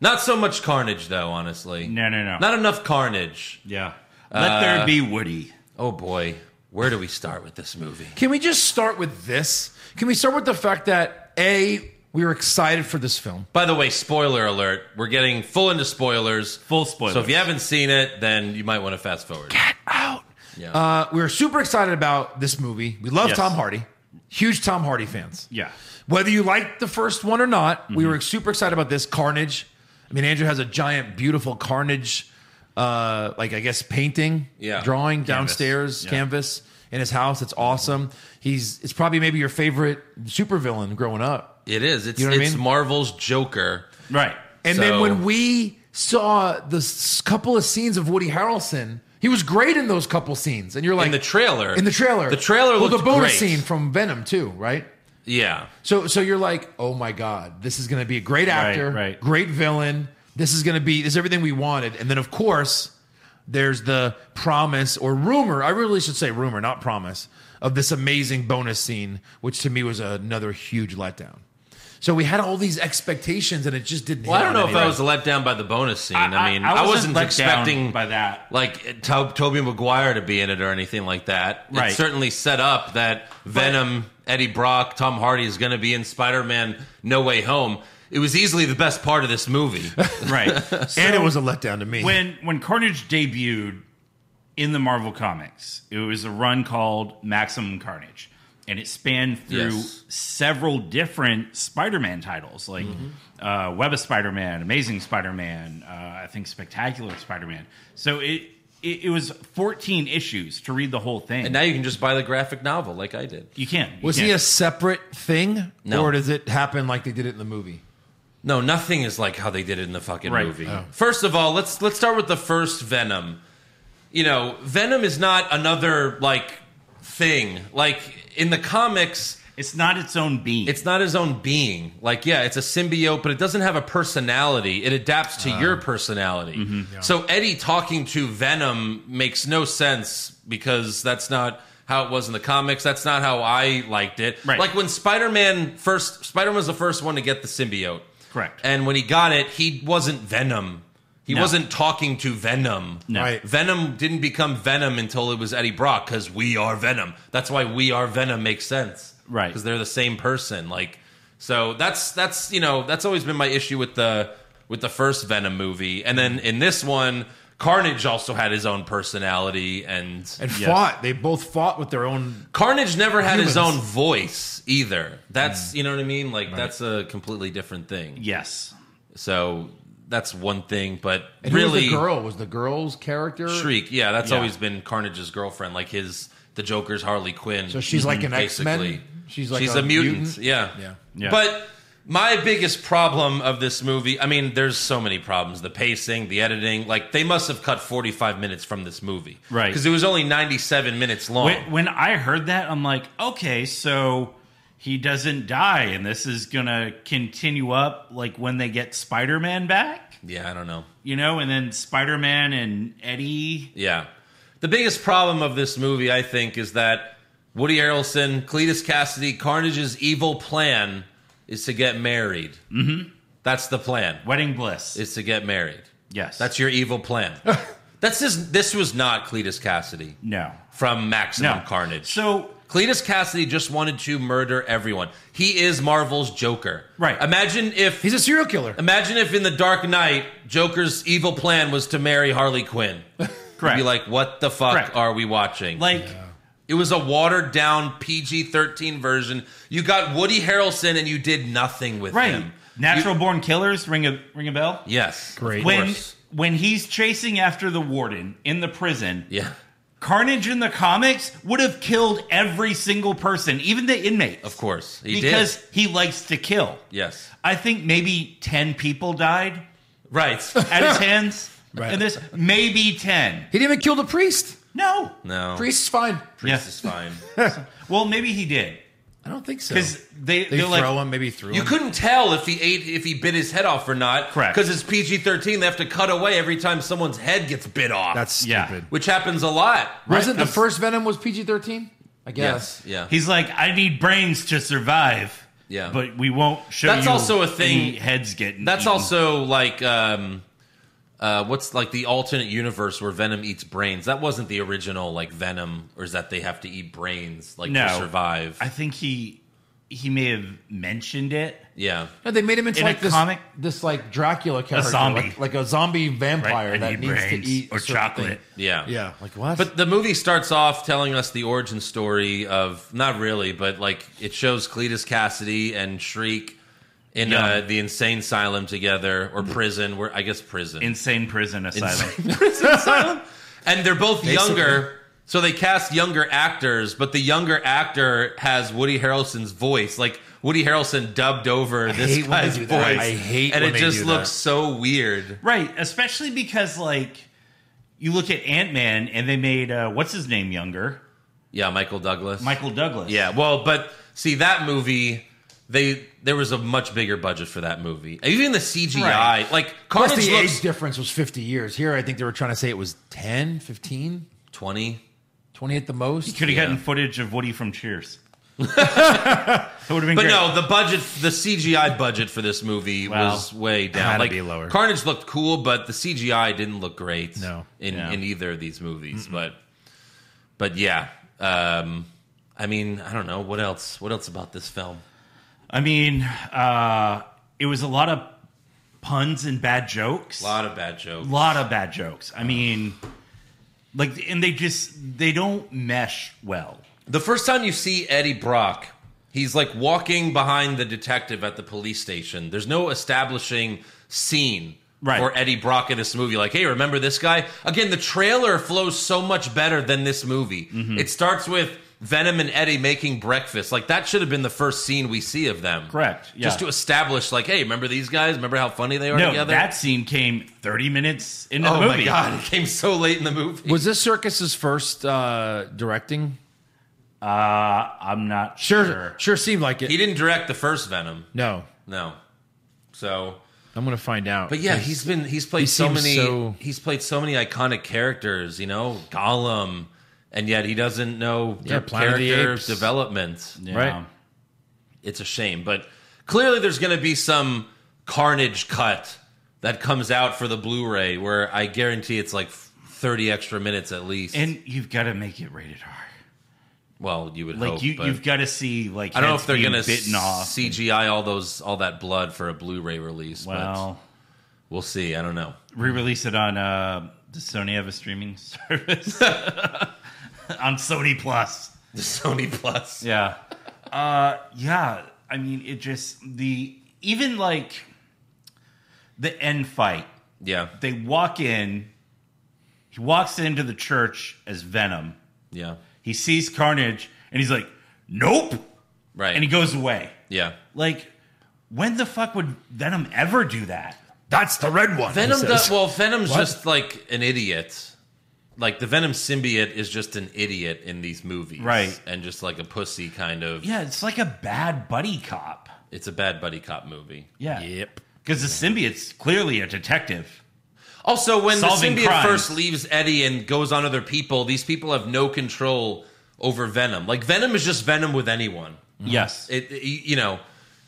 C: Not so much carnage, though. Honestly,
E: No, no, no.
C: not Uh, enough carnage.
E: yeah. Let there be Woody.
C: Oh boy, where do we start with this movie?
D: Can we just start with this? Can we start with the fact that a we were excited for this film?
C: By the way, spoiler alert. We're getting full into spoilers.
E: Full spoilers.
C: So if you haven't seen it, then you might want to fast forward.
D: Uh, we were super excited about this movie. We love
E: Yes.
D: Tom Hardy. Huge Tom Hardy fans.
E: yeah.
D: Whether you liked the first one or not,
C: Mm-hmm.
D: we were super excited about this Carnage. I mean, Andrew has a giant, beautiful Carnage, uh, like I guess painting,
C: Yeah.
D: drawing downstairs,
E: Yeah.
D: canvas in his house. It's awesome. He's it's probably maybe your favorite supervillain growing up.
C: It is. It's
D: You know what I
C: it's
D: mean?
C: Marvel's Joker.
E: Right.
D: And then
C: So-
D: when we saw the s- couple of scenes of Woody Harrelson, he was great in those couple scenes. And you're like
C: in the trailer.
D: In the trailer,
C: The trailer
D: Well,
C: looked
D: the bonus
C: great.
D: scene from Venom too, right?
C: Yeah.
D: So so you're like, oh my god, this is going to be a great actor,
E: right.
D: great villain. This is going to be this is everything we wanted. And then of course, there's the promise or rumor. I really should say rumor, not promise, of this amazing bonus scene, which to me was another huge letdown. So we had all these expectations, and it just didn't.
C: Well, I
D: hit
C: don't
D: on
C: know if
D: any
C: I
D: of
C: was let down by the bonus scene. I,
E: I-
C: mean,
E: I
C: I wasn't,
E: wasn't let down
C: expecting
E: by that.
C: like to- Toby Maguire to be in it or anything like that.
E: Right.
C: It certainly set up that Venom, Eddie Brock, Tom Hardy is going to be in Spider-Man: No Way Home. It was easily the best part of this movie.
E: Right.
D: it. and it was a letdown to me.
E: when when Carnage debuted in the Marvel comics, it was a run called Maximum Carnage, and it spanned through
C: Yes.
E: several different Spider-Man titles, like uh, Web of Spider-Man, Amazing Spider-Man, uh, I think Spectacular Spider-Man. So it, it it was 14 issues to read the whole thing.
C: and now you can just buy the graphic novel like I did.
E: you can. You
D: was
E: can.
D: he a separate thing,
C: No.
D: or does it happen like they did it in the movie?
C: No, nothing is like how they did it in the fucking
E: Right.
C: movie.
E: Oh.
C: First of all, let's let's start with the first Venom. You know, Venom is not another like thing. Like in the comics,
E: It's not its own being.
C: it's not his own being. Like yeah, it's a symbiote, but it doesn't have a personality. It adapts
E: Ah.
C: to your personality.
E: Mm-hmm.
C: So Eddie talking to Venom makes no sense because that's not how it was in the comics. That's not how I liked it.
E: Right.
C: Like when Spider-Man first Spider-Man was the first one to get the symbiote.
E: Correct.
C: And when he got it, he wasn't Venom. He
E: No.
C: wasn't talking to Venom.
E: No.
D: Right.
C: Venom didn't become Venom until it was Eddie Brock because we are Venom. That's why we are Venom makes sense.
E: Right.
C: Because they're the same person. Like so that's that's you know, that's always been my issue with the with the first Venom movie. And then in this one, Carnage also had his own personality and
D: And fought. They both fought with their own.
C: Carnage never had his
D: Humans. Mm.
C: own voice either. That's you know what I mean? Like that's a completely different thing.
E: yes.
C: So that's one thing, but
D: And who was
C: really,
D: the girl was the girl's character.
C: Shriek. Yeah, that's
E: Yeah.
C: always been Carnage's girlfriend, like his the Joker's Harley Quinn. Mm-hmm.
D: So she's like an X
C: basically.
D: Men. She's like
C: she's
D: a,
C: a, mutant.
D: mutant.
C: Yeah.
D: Yeah.
E: Yeah.
C: But my biggest problem of this movie, I mean, there's so many problems. The pacing, the editing, like they must have cut 45 minutes from this movie.
E: Right.
C: Because it was only 97 minutes long.
E: When, when I heard that, I'm like, okay, so he doesn't die, and this is gonna continue up like when they get Spider Man back,
C: yeah, I don't know.
E: you know, and then Spider Man and Eddie.
C: Yeah. The biggest problem of this movie, I think, is that Woody Harrelson, Cletus Cassidy, Carnage's evil plan is to get married. Mm-hmm. That's the plan.
E: Wedding bliss
C: is to get married.
E: Yes.
C: That's your evil plan. That's just, this was not Cletus Cassidy
E: No.
C: from Maximum
E: No.
C: Carnage.
E: So
C: Cletus Cassidy just wanted to murder everyone. He is Marvel's Joker.
E: Right.
C: Imagine if
D: He's a serial killer.
C: imagine if in the Dark Knight, Joker's evil plan was to marry Harley Quinn.
E: correct.
C: You'd be like, what the fuck
E: Correct.
C: are we watching?
E: like
C: it was a watered down PG thirteen version. You got Woody Harrelson and you did nothing with
E: right.
C: him.
E: Natural born killers ring a ring a bell.
C: Yes. Great. Of
E: when
C: course.
E: when he's chasing after the warden in the prison,
C: Yeah.
E: Carnage in the comics would have killed every single person, even the inmates.
C: Of course. He
E: because
C: did.
E: he likes to kill.
C: Yes.
E: I think maybe 10 people died
C: Right.
E: at his hands.
D: Right.
E: And this, maybe 10.
D: He didn't even kill the priest.
E: No.
C: No.
D: Priest is fine.
C: Priest
E: Yeah.
C: is fine.
E: Well, maybe he did.
D: I don't think so.
E: Because they,
D: They
E: they are
D: throw
E: like,
D: him, maybe threw
C: You
D: him.
C: couldn't tell if he ate if he bit his head off or not.
E: Correct.
C: Because it's PG thirteen, they have to cut away every time someone's head gets bit off.
D: That's
E: Yeah.
D: stupid.
C: which happens a lot.
D: Wasn't the first Venom was PG thirteen? I guess.
C: Yeah.
E: he's like, I need brains to survive.
C: Yeah.
E: But we won't show
C: That's
E: you
C: also a thing-
E: any heads getting.
C: That's
E: eaten.
C: also like um uh what's like the alternate universe where Venom eats brains. That wasn't the original like Venom, or is that they have to eat brains like to
E: No.
C: survive.
E: I think he he may have mentioned it.
C: yeah.
D: No, they made him into
E: In a
D: like this
E: comic?
D: this like Dracula character,
E: zombie.
D: like, like a zombie vampire
E: I
D: that
E: need
D: needs to
E: brains
D: eat a
E: or
D: certain thing.
E: chocolate.
C: Yeah.
D: Yeah, like what?
C: But the movie starts off telling us the origin story of not really, but like it shows Cletus Cassidy and Shriek in
E: Yeah.
C: uh, the insane asylum together or prison, where I guess prison.
E: Insane prison asylum.
C: prison asylum. And they're both
D: Basically.
C: younger, so they cast younger actors, but the younger actor has Woody Harrelson's voice. Like Woody Harrelson dubbed over this
D: hate when they
C: guy's
D: do
C: voice.
D: that. I hate
C: and
D: when
C: it
D: they
C: just
D: do
C: looks
D: that.
C: so weird.
E: Right, especially because like you look at Ant Man and they made uh, what's his name younger,
C: Yeah, Michael Douglas.
E: Michael Douglas.
C: Yeah, well, but see that movie, they there was a much bigger budget for that movie. Even the CGI,
E: Right.
C: like
D: Plus
C: Carnage
D: the
C: looks
D: age difference was 50 years. Here I think they were trying to say it was 10, 15,
C: twenty.
D: 20 at the most.
E: could have
C: Yeah.
E: gotten footage of Woody from Cheers. that would have been
C: But
E: great.
C: no, the budget, the CGI budget for this movie
E: Well,
C: was way down.
D: had to
C: like
D: be lower.
C: Carnage looked cool, but the CGI didn't look great.
D: No.
C: in
E: No.
C: in either of these movies. But but yeah, um, I mean, I don't know what else. What else about this film?
E: I mean, uh, it was a lot of puns and bad jokes.
C: A lot of bad jokes.
E: lot of bad jokes. I mean, like, and they just they don't mesh well.
C: The first time you see Eddie Brock, he's like walking behind the detective at the police station. There's no establishing scene
E: Right.
C: for Eddie Brock in this movie. Like, hey, remember this guy? Again, the trailer flows so much better than this movie.
E: Mm-hmm.
C: It starts with Venom and Eddie making breakfast. Like, that should have been the first scene we see of them.
E: Correct, yeah.
C: Just to establish, like, hey, remember these guys? Remember how funny they are
E: No,
C: together?
E: that scene came thirty minutes into
C: Oh
E: the movie.
C: my god! It came so late in the movie.
D: Was this Circus's first uh, directing?
E: Uh, I'm not
D: Sure,
E: sure.
D: sure, seemed like it.
C: he didn't direct the first Venom.
D: no,
C: No. So
D: I'm gonna find out.
C: But yeah, he's been he's played
D: he
C: so
D: seems
C: many
D: so-
C: he's played so many iconic characters, you know, Gollum, and yet he doesn't know
D: Yeah,
C: their
D: Planet of the
C: character
D: Apes.
C: development.
E: Yeah.
D: Right.
C: It's a shame, but clearly there's going to be some carnage cut that comes out for the Blu-ray where I guarantee it's like 30 extra minutes at least.
E: And you've got to make it rated R.
C: well, you would
E: Like
C: hope,
E: you,
C: but
E: you've got to see like
C: I don't know
E: heads
C: if they're
E: being
C: going to
E: bitten off.
C: CGI all those all that blood for a Blu-ray release,
E: well,
C: but we'll see. I don't know.
E: re-release it on uh, does Sony have a streaming service on Sony Plus?
C: The Sony Plus.
E: Yeah, uh, yeah. I mean, it just the even like the end fight.
C: Yeah.
E: They walk in. He walks into the church as Venom.
C: Yeah.
E: He sees Carnage, and he's like, "Nope,"
C: Right.
E: and he goes away.
C: yeah.
E: Like, when the fuck would Venom ever do that?
D: That's the red one.
C: Venom does well. Venom's just like an idiot. Like the Venom symbiote is just an idiot in these movies,
E: Right.
C: And just like a pussy kind of.
E: Yeah, it's like a bad buddy cop.
C: It's a bad buddy cop movie.
E: Yeah. Yep. Because the symbiote's clearly a detective.
C: Also, when
E: Solving
C: the symbiote
E: crimes.
C: first leaves Eddie and goes on other people, these people have no control over Venom. Like Venom is just Venom with anyone.
E: Yes.
C: It, it- you know,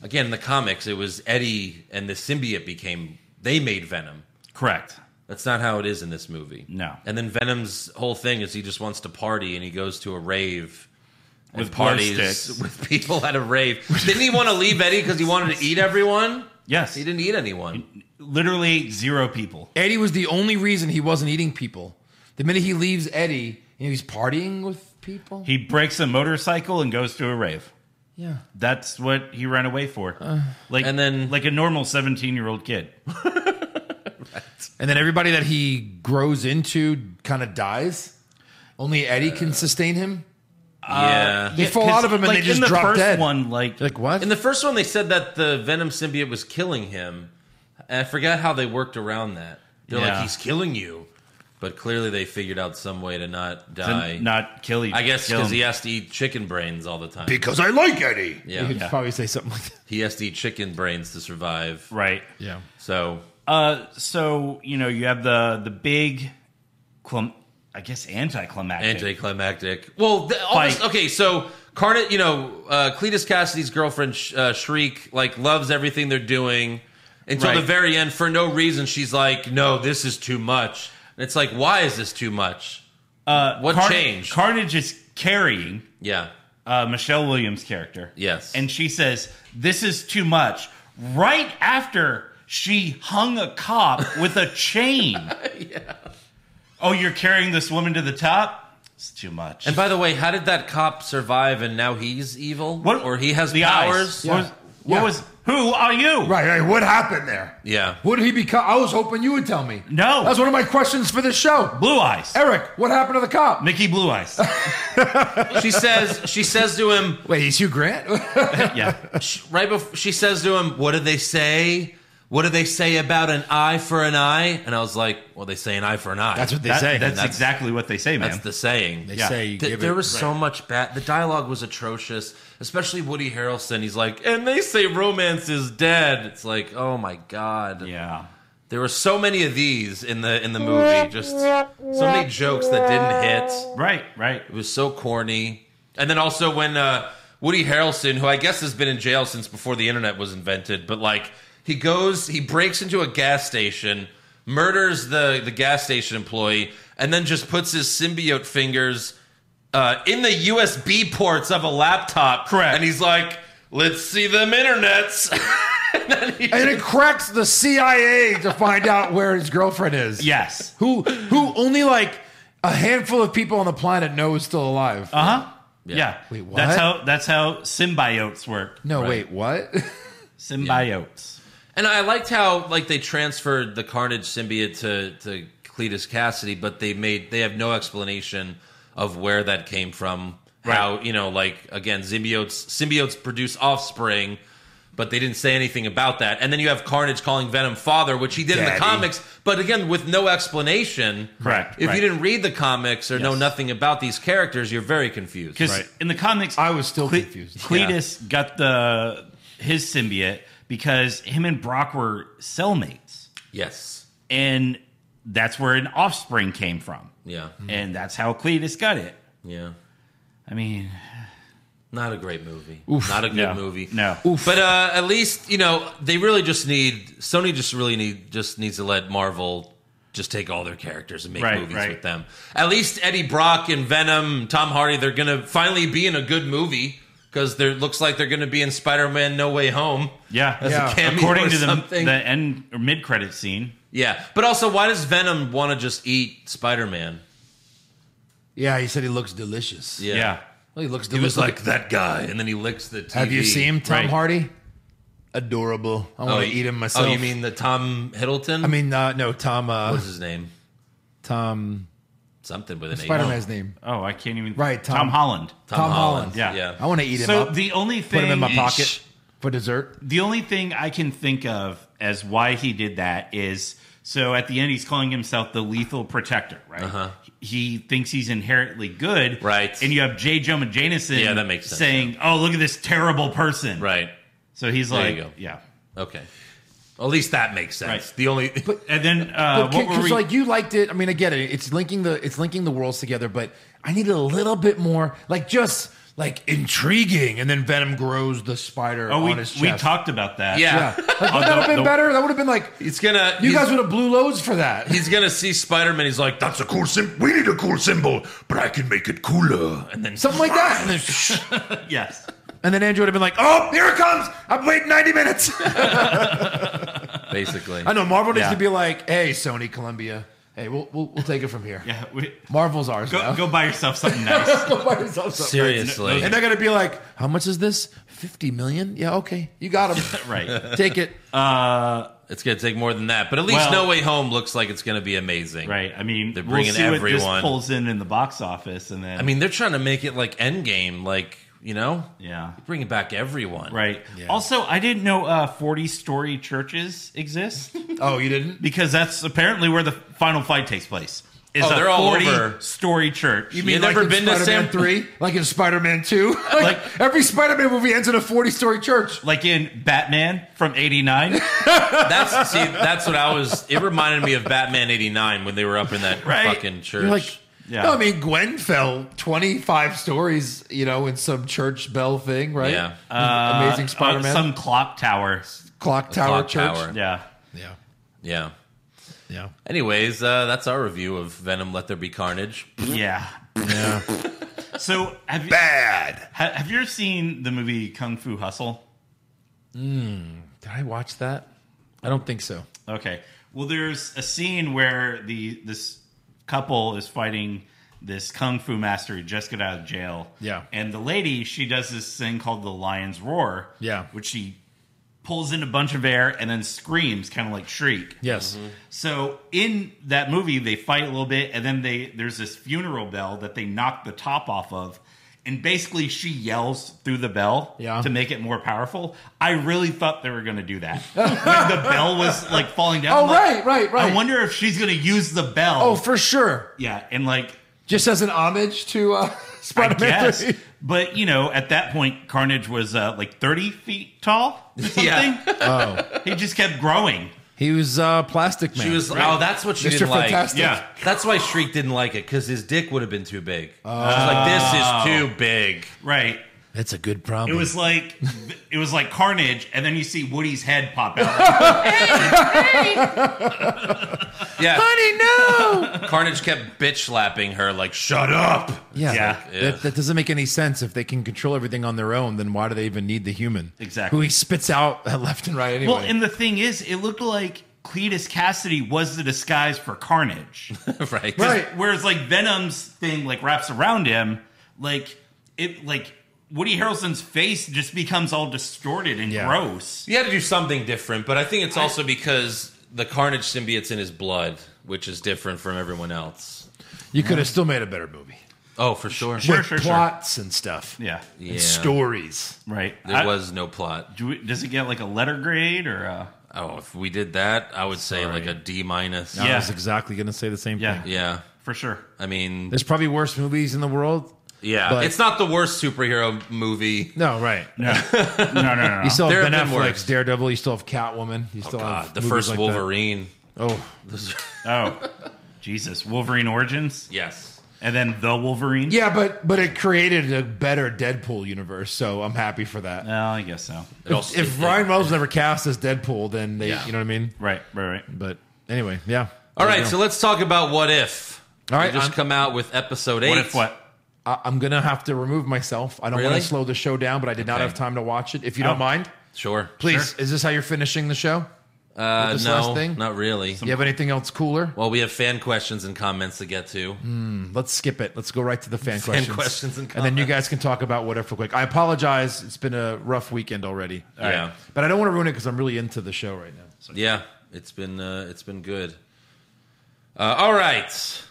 C: again in the comics, it was Eddie and the symbiote became they made Venom.
E: Correct.
C: That's not how it is in this movie.
E: No.
C: And then Venom's whole thing is he just wants to party and he goes to a rave. and
E: With glow sticks.
C: parties with people at a rave. Didn't he want to leave Eddie because he wanted to eat everyone?
E: Yes.
C: He didn't eat anyone.
E: Literally zero people.
D: Eddie was the only reason he wasn't eating people. The minute he leaves Eddie, you know, he's partying with people.
E: He breaks a motorcycle and goes to a rave.
D: yeah.
E: That's what he ran away for. like
C: And then
E: like a normal 17-year-old kid.
D: And then everybody that he grows into kind of dies. Only Eddie can sustain him.
C: Uh, yeah.
D: They fall out of him and
E: Uh, like
D: they just
E: in the
D: drop
E: first
D: dead.
E: one like
D: Like what?
C: In the first one, they said that the Venom symbiote was killing him. And I forgot how they worked around that. They're
E: Yeah.
C: like, he's killing you. But clearly, they figured out some way to not
E: to
C: die.
E: not kill each
C: I guess
E: kill
C: because
E: him.
C: he has to eat chicken brains all the time.
F: Because I like Eddie.
D: he
C: yeah.
D: could probably say something like that.
C: He has to eat chicken brains to survive.
E: Right.
D: Yeah.
C: So,
E: Uh, so you know you have the the big, clim- I guess anticlimactic.
C: anticlimactic. Well, the, all this,
E: Fight.
C: okay, so Carnage, you know, uh, Cletus Cassidy's girlfriend, Sh- uh, Shriek, like loves everything they're doing until
E: Right.
C: the very end. For no reason, she's like, "No, this is too much." And it's like, "Why is this too much?"
E: uh,
C: What changed?
E: Carnage is carrying
C: Yeah,
E: uh, Michelle Williams' character.
C: Yes.
E: and she says this is too much. Right after she hung a cop with a chain. Oh, you're carrying this woman to the top. It's too much.
C: And by the way, how did that cop survive and now he's evil?
E: What-
C: Or he has
E: the eyes.
C: powers?
E: What, was, what
D: Yeah.
E: was? Who are you?
D: Right, right. What happened there?
C: Yeah.
D: What did he become? I was hoping you would tell me.
E: No.
D: That's one of my questions for this show.
E: Blue eyes.
D: Eric, what happened to the cop?
E: Mickey Blue Eyes.
C: She says she says to him
D: Wait, he's Hugh Grant?
E: yeah.
C: sh- right before she says to him, "What do they say? What do they say about an eye for an eye?" And I was like, "Well, they say an eye for an eye."
D: That's what they
E: That-
D: say.
E: That's,
C: That's-
E: exactly what they say, man.
C: That's the saying.
D: they
E: yeah.
D: say you
C: Th-
D: give
C: there
D: it-
C: was so much bad. The dialogue was atrocious, especially Woody Harrelson. He's like, "And they say romance is dead." It's like, "Oh my god."
E: yeah.
C: There were so many of these in the in the movie. Just so many jokes that didn't hit.
E: Right, right.
C: It was so corny. And then also when uh, Woody Harrelson, who I guess has been in jail since before the internet was invented, but like he goes, he breaks into a gas station, murders the the gas station employee, and then just puts his symbiote fingers uh, in the USB ports of a laptop.
E: Correct.
C: And he's like, "Let's see them internets." and then he
D: and it cracks the CIA to find out where his girlfriend is.
E: Yes.
D: Who who only like a handful of people on the planet know is still alive.
C: Uh-huh.
E: Uh huh. Yeah.
D: Wait, what?
E: That's how that's how symbiotes work.
D: no, wait, what?
E: Symbiotes.
C: And I liked how like they transferred the Carnage symbiote to to Cletus Cassidy, but they made they have no explanation of where that came from. How you know like again symbiotes symbiotes produce offspring, but they didn't say anything about that. And then you have Carnage calling Venom father, which he did in the
D: Daddy.
C: comics, but again with no explanation.
E: Correct,
C: If
E: right.
C: you didn't read the comics or know
E: Yes.
C: nothing about these characters, you're very confused.
E: Because in the comics,
D: I was still confused.
E: Cletus got the his symbiote because him and Brock were cellmates,
C: Yes.
E: and that's where an offspring came from,
C: Yeah.
E: and that's how Cletus got it.
C: Yeah.
E: I mean,
C: Not a great movie. Not a good
E: No.
C: movie.
E: No.
C: But uh, at least you know they really just need Sony. Just really need just needs to let Marvel just take all their characters and make
E: Right,
C: movies
E: right.
C: with them. At least Eddie Brock and Venom, Tom Hardy, they're gonna finally be in a good movie because there looks like they're gonna be in Spider Man No Way Home.
E: yeah,
C: As a Yeah. cameo
E: according
C: or
E: to the,
C: something.
E: the end or mid credit scene,
C: Yeah, but also why does Venom want to just eat Spider Man?
D: yeah, he said he looks delicious.
E: yeah.
D: Well, he looks
C: He
D: delicious.
C: was like that guy, and then he licks the. TV.
D: Have you seen Tom
E: Right.
D: Hardy? Adorable. I want to eat him myself.
C: Oh, you mean the Tom Hiddleton?
D: I mean uh, no, Tom uh,
C: what's his name?
D: Tom
C: Something with an H.
D: Spider-Man's name.
E: Oh, I can't even.
D: Right, Tom.
E: Holland.
D: Tom Holland.
E: Yeah.
C: Yeah.
D: I want to eat him
E: so
D: up.
E: the only thing
D: Put him in my pocket. for dessert.
E: The only thing I can think of as why he did that is so at the end he's calling himself the lethal protector, right?
C: Uh-huh.
E: He thinks he's inherently good,
C: Right.
E: And you have J. Jonah Jameson,
C: Yeah, that makes sense,
E: saying, "Oh, look at this terrible person,"
C: Right.
E: So he's
C: There
E: like,
C: you go.
E: "Yeah."
C: Okay. At least that makes sense.
E: Right.
C: The only
E: and then uh, what were
D: Because
E: we?
D: like you liked it. I mean, I get it. It's linking the it's linking the worlds together, but I needed a little bit more, like just like intriguing. And then Venom grows the spider
E: oh, we,
D: on his chest.
E: we talked about that.
D: Yeah,
C: Yeah.
D: like, would that have been
E: the-
D: better? That would have been like
C: It's gonna
D: you
C: he's-
D: guys would have blew loads for that.
C: He's gonna see Spider Man. He's like, "That's a cool symbol. We need a cool symbol, but I can make it cooler." And then
D: Something like that. And then,
E: Yes.
D: and then Andrew would have been like, "Oh, here it comes! I've waited ninety minutes."
C: basically,
D: I know Marvel needs
E: Yeah.
D: to be like, "Hey, Sony, Columbia, hey, we'll we'll, we'll take it from here.
E: Yeah. We,
D: Marvel's ours
E: go,
D: now.
E: go buy yourself something nice.
D: Go buy yourself something."
C: seriously,
D: And they're gonna be like, "How much is this? Fifty million? Yeah, okay, you got him.
E: right.
D: Take it."
C: it's gonna take more than that. But at least
E: Well-
C: No Way Home looks like it's gonna be amazing.
E: Right. I mean,
C: They're bringing
E: we'll see What
C: everyone.
E: this pulls in in the box office, and then
C: I mean, they're trying to make it like Endgame, like you know,
E: yeah.
C: bringing back everyone.
E: Right. Also, I didn't know uh, 40 story churches exist
D: oh, you didn't?
E: because that's apparently where the final fight takes place. Is
C: Oh,
E: a
C: they're all
E: 40
C: over.
E: story church.
C: mean- You never
D: in
C: been to
D: Spider-Man
C: Sam-
D: Three, like in Spider Man Two, like,
E: Like-
D: every Spider Man movie ends in a forty-story church.
E: like in Batman from 89.
C: That's see, that's what I was. It reminded me of Batman '89 when they were up in that
E: Right.
C: fucking church.
D: You're like,
E: Yeah.
D: no, I mean, Gwen fell 25 stories, you know, in some church bell thing, right?
C: Yeah.
D: Amazing Spider Man.
E: Uh, some clock tower.
D: clock tower
C: Clock
D: church.
C: tower.
E: Yeah.
D: Yeah.
C: yeah.
D: Yeah.
C: Anyways, uh, that's our review of Venom. Let there be carnage.
E: Yeah.
D: Yeah.
E: So have you,
D: Bad.
E: ha- have you ever seen the movie Kung Fu Hustle?
D: Did I watch that? I don't think so.
E: Okay. Well, there's a scene where the this couple is fighting this kung fu master who just got out of jail.
D: Yeah.
E: And the lady, she does this thing called the lion's roar.
D: Yeah.
E: Which she pulls in a bunch of air and then screams, kind of like shriek.
D: Yes.
E: So in that movie, they fight a little bit, and then they there's this funeral bell that they knock the top off of, and basically she yells through the bell
D: Yeah.
E: to make it more powerful. I really thought they were going to do that when the bell was like falling down.
D: Oh,
E: I'm like,
D: right, right, right.
E: I wonder if she's going to use the bell.
D: Oh, for sure.
E: yeah, and like
D: Just as an homage to uh,
E: I
D: Spider Man
E: guess,
D: 3.
E: but you know, at that point, Carnage was uh, like thirty feet tall. Or something.
C: Yeah.
E: Oh, he just kept growing.
D: He was uh, Plastic Man.
C: She was, oh, that's what she
D: Mr.
C: didn't
D: Fantastic.
E: Yeah.
C: like. That's why Shriek didn't like it because his dick would have been too big.
D: Oh.
E: Oh.
C: I was like, this is too big.
E: Right.
D: That's a good problem.
E: It was like it was like carnage, and then you see Woody's head pop out.
C: Yeah,
D: Honey, no!
C: Carnage kept bitch slapping her like, shut up.
D: yeah.
E: Yeah.
D: That, that doesn't make any sense. If they can control everything on their own, then why do they even need the human?
E: Exactly.
D: Who he spits out left and right anyway.
E: Well, and the thing is, it looked like Cletus Cassidy was the disguise for Carnage.
C: right.
D: Right.
E: Whereas like Venom's thing like wraps around him, like it like Woody Harrelson's face just becomes all distorted and
D: Yeah.
E: gross.
C: You had to do something different, but I think it's also because the Carnage symbiote's in his blood, which is different from everyone else.
D: You could have still made a better movie.
C: Oh, for sure.
E: Sure,
D: With
E: sure, sure.
D: plots and stuff.
E: Yeah.
C: Yeah.
D: Stories.
E: Right.
C: There
E: I-
C: was no plot.
E: do we- does it get like a letter grade or uh, a,
C: Oh, if we did that, I would say like a D minus.
E: Yeah.
D: I was exactly going to say the same
E: yeah,
D: thing.
C: Yeah.
E: for sure.
C: I mean,
D: There's probably worse movies in the world.
C: yeah.
D: but-
C: it's not the worst superhero movie.
D: No, right.
E: No, no, no, no.
D: You still
C: There
D: have Ben
C: have been
D: Affleck's
C: worse. Oh,
D: Daredevil. You still have Catwoman. You still
C: God,
D: have
C: the
D: movies
C: first
D: like that.
C: Wolverine.
D: Oh,
E: oh, Jesus, Wolverine Origins,
C: Yes.
E: and then the Wolverine.
D: yeah, but but it created a better Deadpool universe, so I'm happy for that.
E: No, Oh, I guess so.
C: It also-
D: if Ryan Reynolds never cast as Deadpool, then they,
C: Yeah.
D: you know what I mean.
E: Right, right, right.
D: But anyway, yeah.
C: All
D: There you
C: right,
D: go.
C: so let's talk about what if.
D: All right,
C: They just
D: I'm-
C: come out with episode eight.
E: What if what?
D: I, I'm gonna have to remove myself. I don't want
C: Really?
D: to slow the show down, but I did not
C: Okay.
D: have time to watch it. If you
E: Oh.
D: don't mind,
C: Sure.
D: please. Is this how you're finishing the show?
C: Uh,
D: this
C: no,
D: last thing?
C: not really.
D: you have anything else cooler?
C: well, we have fan questions and comments to get to.
D: Let's skip it. Let's go right to the fan, questions.
C: questions and
D: then you guys can talk about whatever real quick. I apologize. It's been a rough weekend already.
C: yeah,
D: But I don't want to ruin it because I'm really into the show right now. So
C: yeah. It's been uh, it's been good. Uh, all right.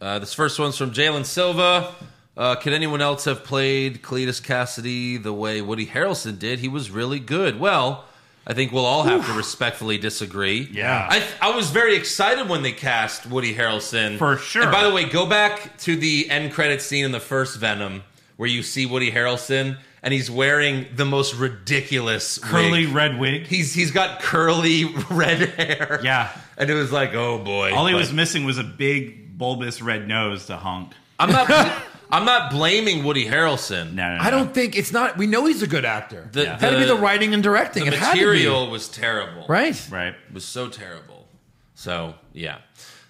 C: Uh, this first one's from Jalen Silva. Uh, could anyone else have played Cletus Cassidy the way Woody Harrelson did? He was really good. Well, I think we'll all have to respectfully disagree.
E: Yeah.
C: I, I was very excited when they cast Woody Harrelson.
E: For sure.
C: And by the way, go back to the end credit scene in the first Venom where you see Woody Harrelson and he's wearing the most ridiculous
E: Curly
C: wig.
E: red wig.
C: He's he's got curly red hair.
E: Yeah.
C: And it was like, oh boy.
E: All he
C: But-
E: was missing was a big bulbous red nose to honk.
C: I'm not I'm not blaming Woody Harrelson.
E: No, no,
D: I don't think it's not. We know he's a good actor.
C: The-
D: had to be
C: the-
D: the writing and directing.
C: The
D: it
C: material
D: had to
C: was terrible.
D: be. right.
E: Right.
C: It was so terrible. So yeah.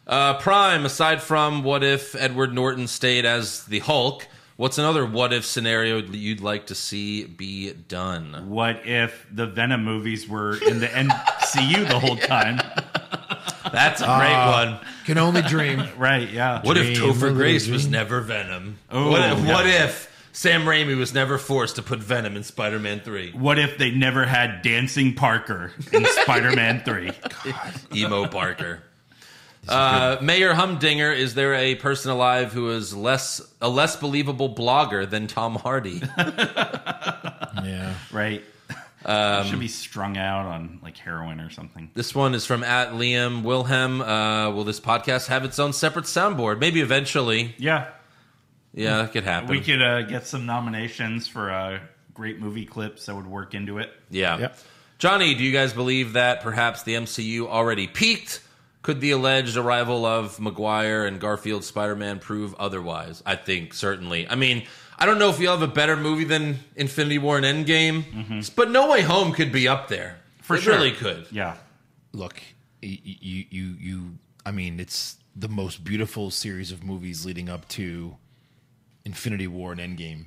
C: Uh, Prime, aside from what if Edward Norton stayed as the Hulk, what's another what if scenario that you'd like to see be done?
E: What if the Venom movies were in the MCU the whole time?
C: That's a
E: Ah.
C: great one.
D: Can only dream.
E: Right, yeah.
C: What if
D: Dream,
C: Topher Grace
D: dream.
C: was never Venom?
E: Oh,
C: what, if,
E: yeah.
C: what if Sam Raimi was never forced to put Venom in Spider Man 3?
E: What if they never had Dancing Parker in Spider Man 3?
C: Emo Parker. Uh, Mayor Humdinger, is there a person alive who is less a less believable blogger than Tom Hardy?
D: yeah.
E: Right. Should be strung out on like heroin or something.
C: This one is from at Liam Wilhelm. Uh, will this podcast have its own separate soundboard? Maybe eventually.
E: Yeah.
C: Yeah, that could happen.
E: We could uh, get some nominations for uh, great movie clips that would work into it.
C: yeah.
D: Yep.
C: Johnny, do you guys believe that perhaps the MCU already peaked? Could the alleged arrival of Maguire and Garfield Spider Man prove otherwise? I think certainly. I mean, I don't know if you'll have a better movie than Infinity War and Endgame, but No Way Home could be up there.
E: Mm-hmm. For
C: It
E: sure.
C: really could.
E: Yeah.
D: Look, y- y- you, you, you. I mean, it's the most beautiful series of movies leading up to Infinity War and Endgame.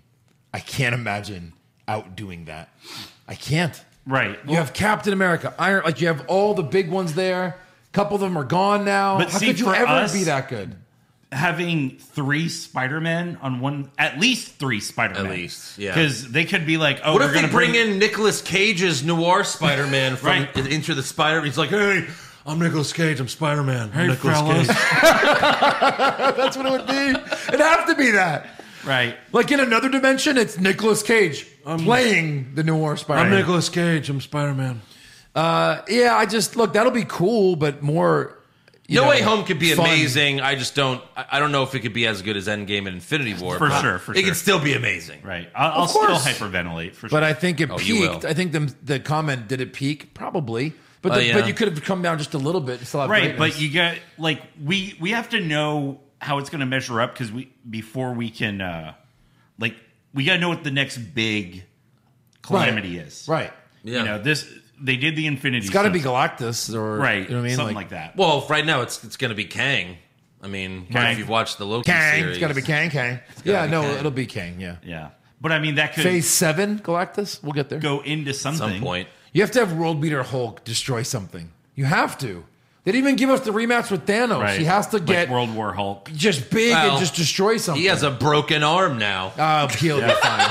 D: I can't imagine outdoing that. I can't.
E: Right.
D: You have Captain America, Iron. Like you have all the big ones there. couple of them are gone now.
E: But
D: How
E: see,
D: could you
E: for
D: ever
E: us-
D: be that good?
E: having three Spider-Men on one, at least three Spider-Men.
C: At least, yeah.
E: Because they could be like, oh,
C: What
E: we're
C: if they
E: gonna
C: bring, in Nicolas Cage's noir Spider Man from
E: Right.
C: Into the Spider? He's like, hey, I'm Nicolas Cage. I'm Spider Man. Hey, Nicolas Cage.
D: That's what it would be. It'd have to be that.
E: right?
D: Like in another dimension, it's Nicolas Cage
E: Um,
D: playing the noir Spider. man
C: Nicolas Cage. I'm Spider Man.
D: uh, yeah, I just look. That'll be cool, but more. you
C: No
D: know,
C: Way Home could be
D: fun.
C: amazing. I just don't. I I don't know if it could be as good as Endgame and Infinity War.
E: For
C: but
E: sure, for
C: it
E: sure.
C: could still be amazing.
E: Right. I'll, I'll
D: Of
E: still
D: course.
E: hyperventilate for sure.
D: But I think it
C: Oh, you
D: peaked.
C: will.
D: I think the the comment did it peak probably, but
C: Oh,
D: the,
C: yeah.
D: but you could have come down just a little bit and still have
E: right,
D: greatness.
E: but you get like we we have to know how it's going to measure up because we before we can uh like we got to know what the next big calamity is.
D: right.
C: Yeah.
E: You know this. They did the Infinity.
D: It's got to
E: Stone.
D: be Galactus or
E: right.
D: You know what I mean?
E: Something like, that.
C: Well, right now it's it's going to be Kang. I mean,
E: Kang.
C: if you've watched the Loki
D: Kang.
C: series,
D: It's got to be Kang. Kang. Yeah,
C: be
D: no,
C: Kang.
D: it'll be Kang. Yeah.
E: yeah. But I mean, that could
D: Phase seven, Galactus. We'll get there.
E: go into something.
C: At some point.
D: You have to have World Beater Hulk destroy something. You have to. They didn't even give us the rematch with Thanos.
E: Right.
D: He has to
E: Like
D: get
E: World War Hulk.
D: just big
C: Well,
D: and just destroy something.
C: He has a broken arm now,
D: Uh, he'll be fine.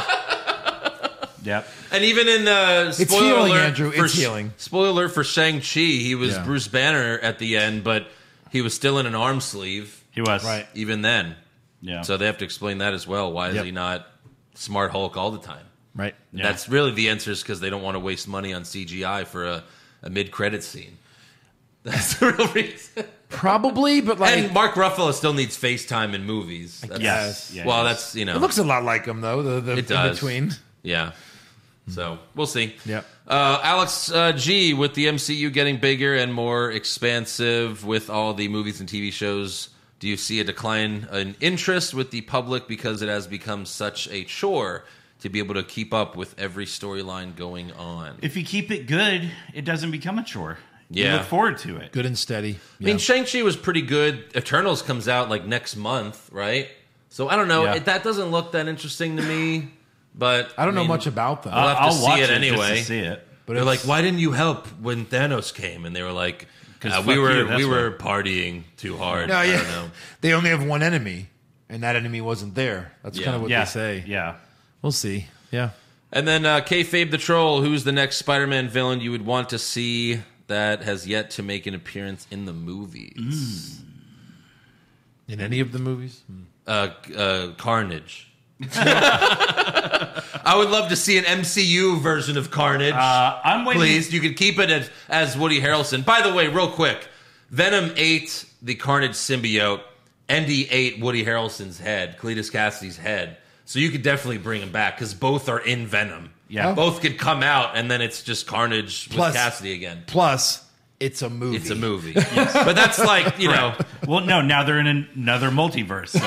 E: Yep.
C: and even in uh, spoiler
D: healing,
C: alert
D: Andrew.
C: for
D: It's
C: Sh-
D: healing.
C: Spoiler alert for Shang Chi. He was
D: Yeah.
C: Bruce Banner at the end, but he was still in an arm sleeve
E: He was
D: Right.
C: even then.
E: Yeah.
C: So they have to explain that as well. Why is
D: Yep.
C: he not Smart Hulk all the time?
D: Right.
E: Yeah.
C: That's really the answer is because they don't want to waste money on CGI for a, a mid credit scene. That's the real reason.
D: Probably, but like
C: And Mark Ruffalo still needs FaceTime in movies. That's-
E: yes. Yeah,
C: well,
E: yes.
C: that's you know.
D: it looks a lot like him though. The, the
C: It does.
D: in between.
C: yeah. So we'll see.
D: Yep.
C: Uh, Alex uh, G, with the MCU getting bigger and more expansive with all the movies and TV shows, do you see a decline in interest with the public because it has become such a chore to be able to keep up with every storyline going on?
E: if you keep it good, it doesn't become a chore.
C: Yeah.
E: You look forward to it.
D: Good and steady.
C: I mean, Shang-Chi was pretty good. Eternals comes out like next month, right? So I don't know.
E: Yeah.
C: It, that doesn't look that interesting to me, but
D: I don't know
C: mean, uh,
D: much about them.
C: I'll have to
E: I'll
C: see
E: watch
C: it
E: just
C: anyway.
E: to see it.
D: but
C: They're like,
D: it's-
C: why didn't you help when Thanos came? And they were like,
E: 'Cause
C: uh,
E: fuck
C: we were
E: you, that's
C: we
E: why.
C: were partying too hard.
D: No,
C: I
D: yeah.
C: don't know.
D: They only have one enemy, and that enemy wasn't there. That's
C: Yeah.
D: kind of what
E: Yeah.
D: they say.
E: Yeah.
D: We'll see. Yeah.
C: And then uh, Kayfabe the troll, who's the next Spider-Man villain you would want to see that has yet to make an appearance in the
D: Mm.
C: movies?
D: In any of the movies.
C: Uh, uh, Carnage. I would love to see an MCU version of Carnage.
E: Uh, I'm waiting-
C: Please, you could keep it as, as Woody Harrelson. By the way, real quick, Venom ate the Carnage symbiote, and he ate Woody Harrelson's head, Cletus Cassidy's head. So you could definitely bring him back because both are in Venom.
D: Yeah.
C: both could come out, and then it's just Carnage
D: Plus-
C: with Cassidy again.
D: Plus, it's a movie.
C: It's a movie, but that's like you know.
E: Well, no, now they're in an- another multiverse. So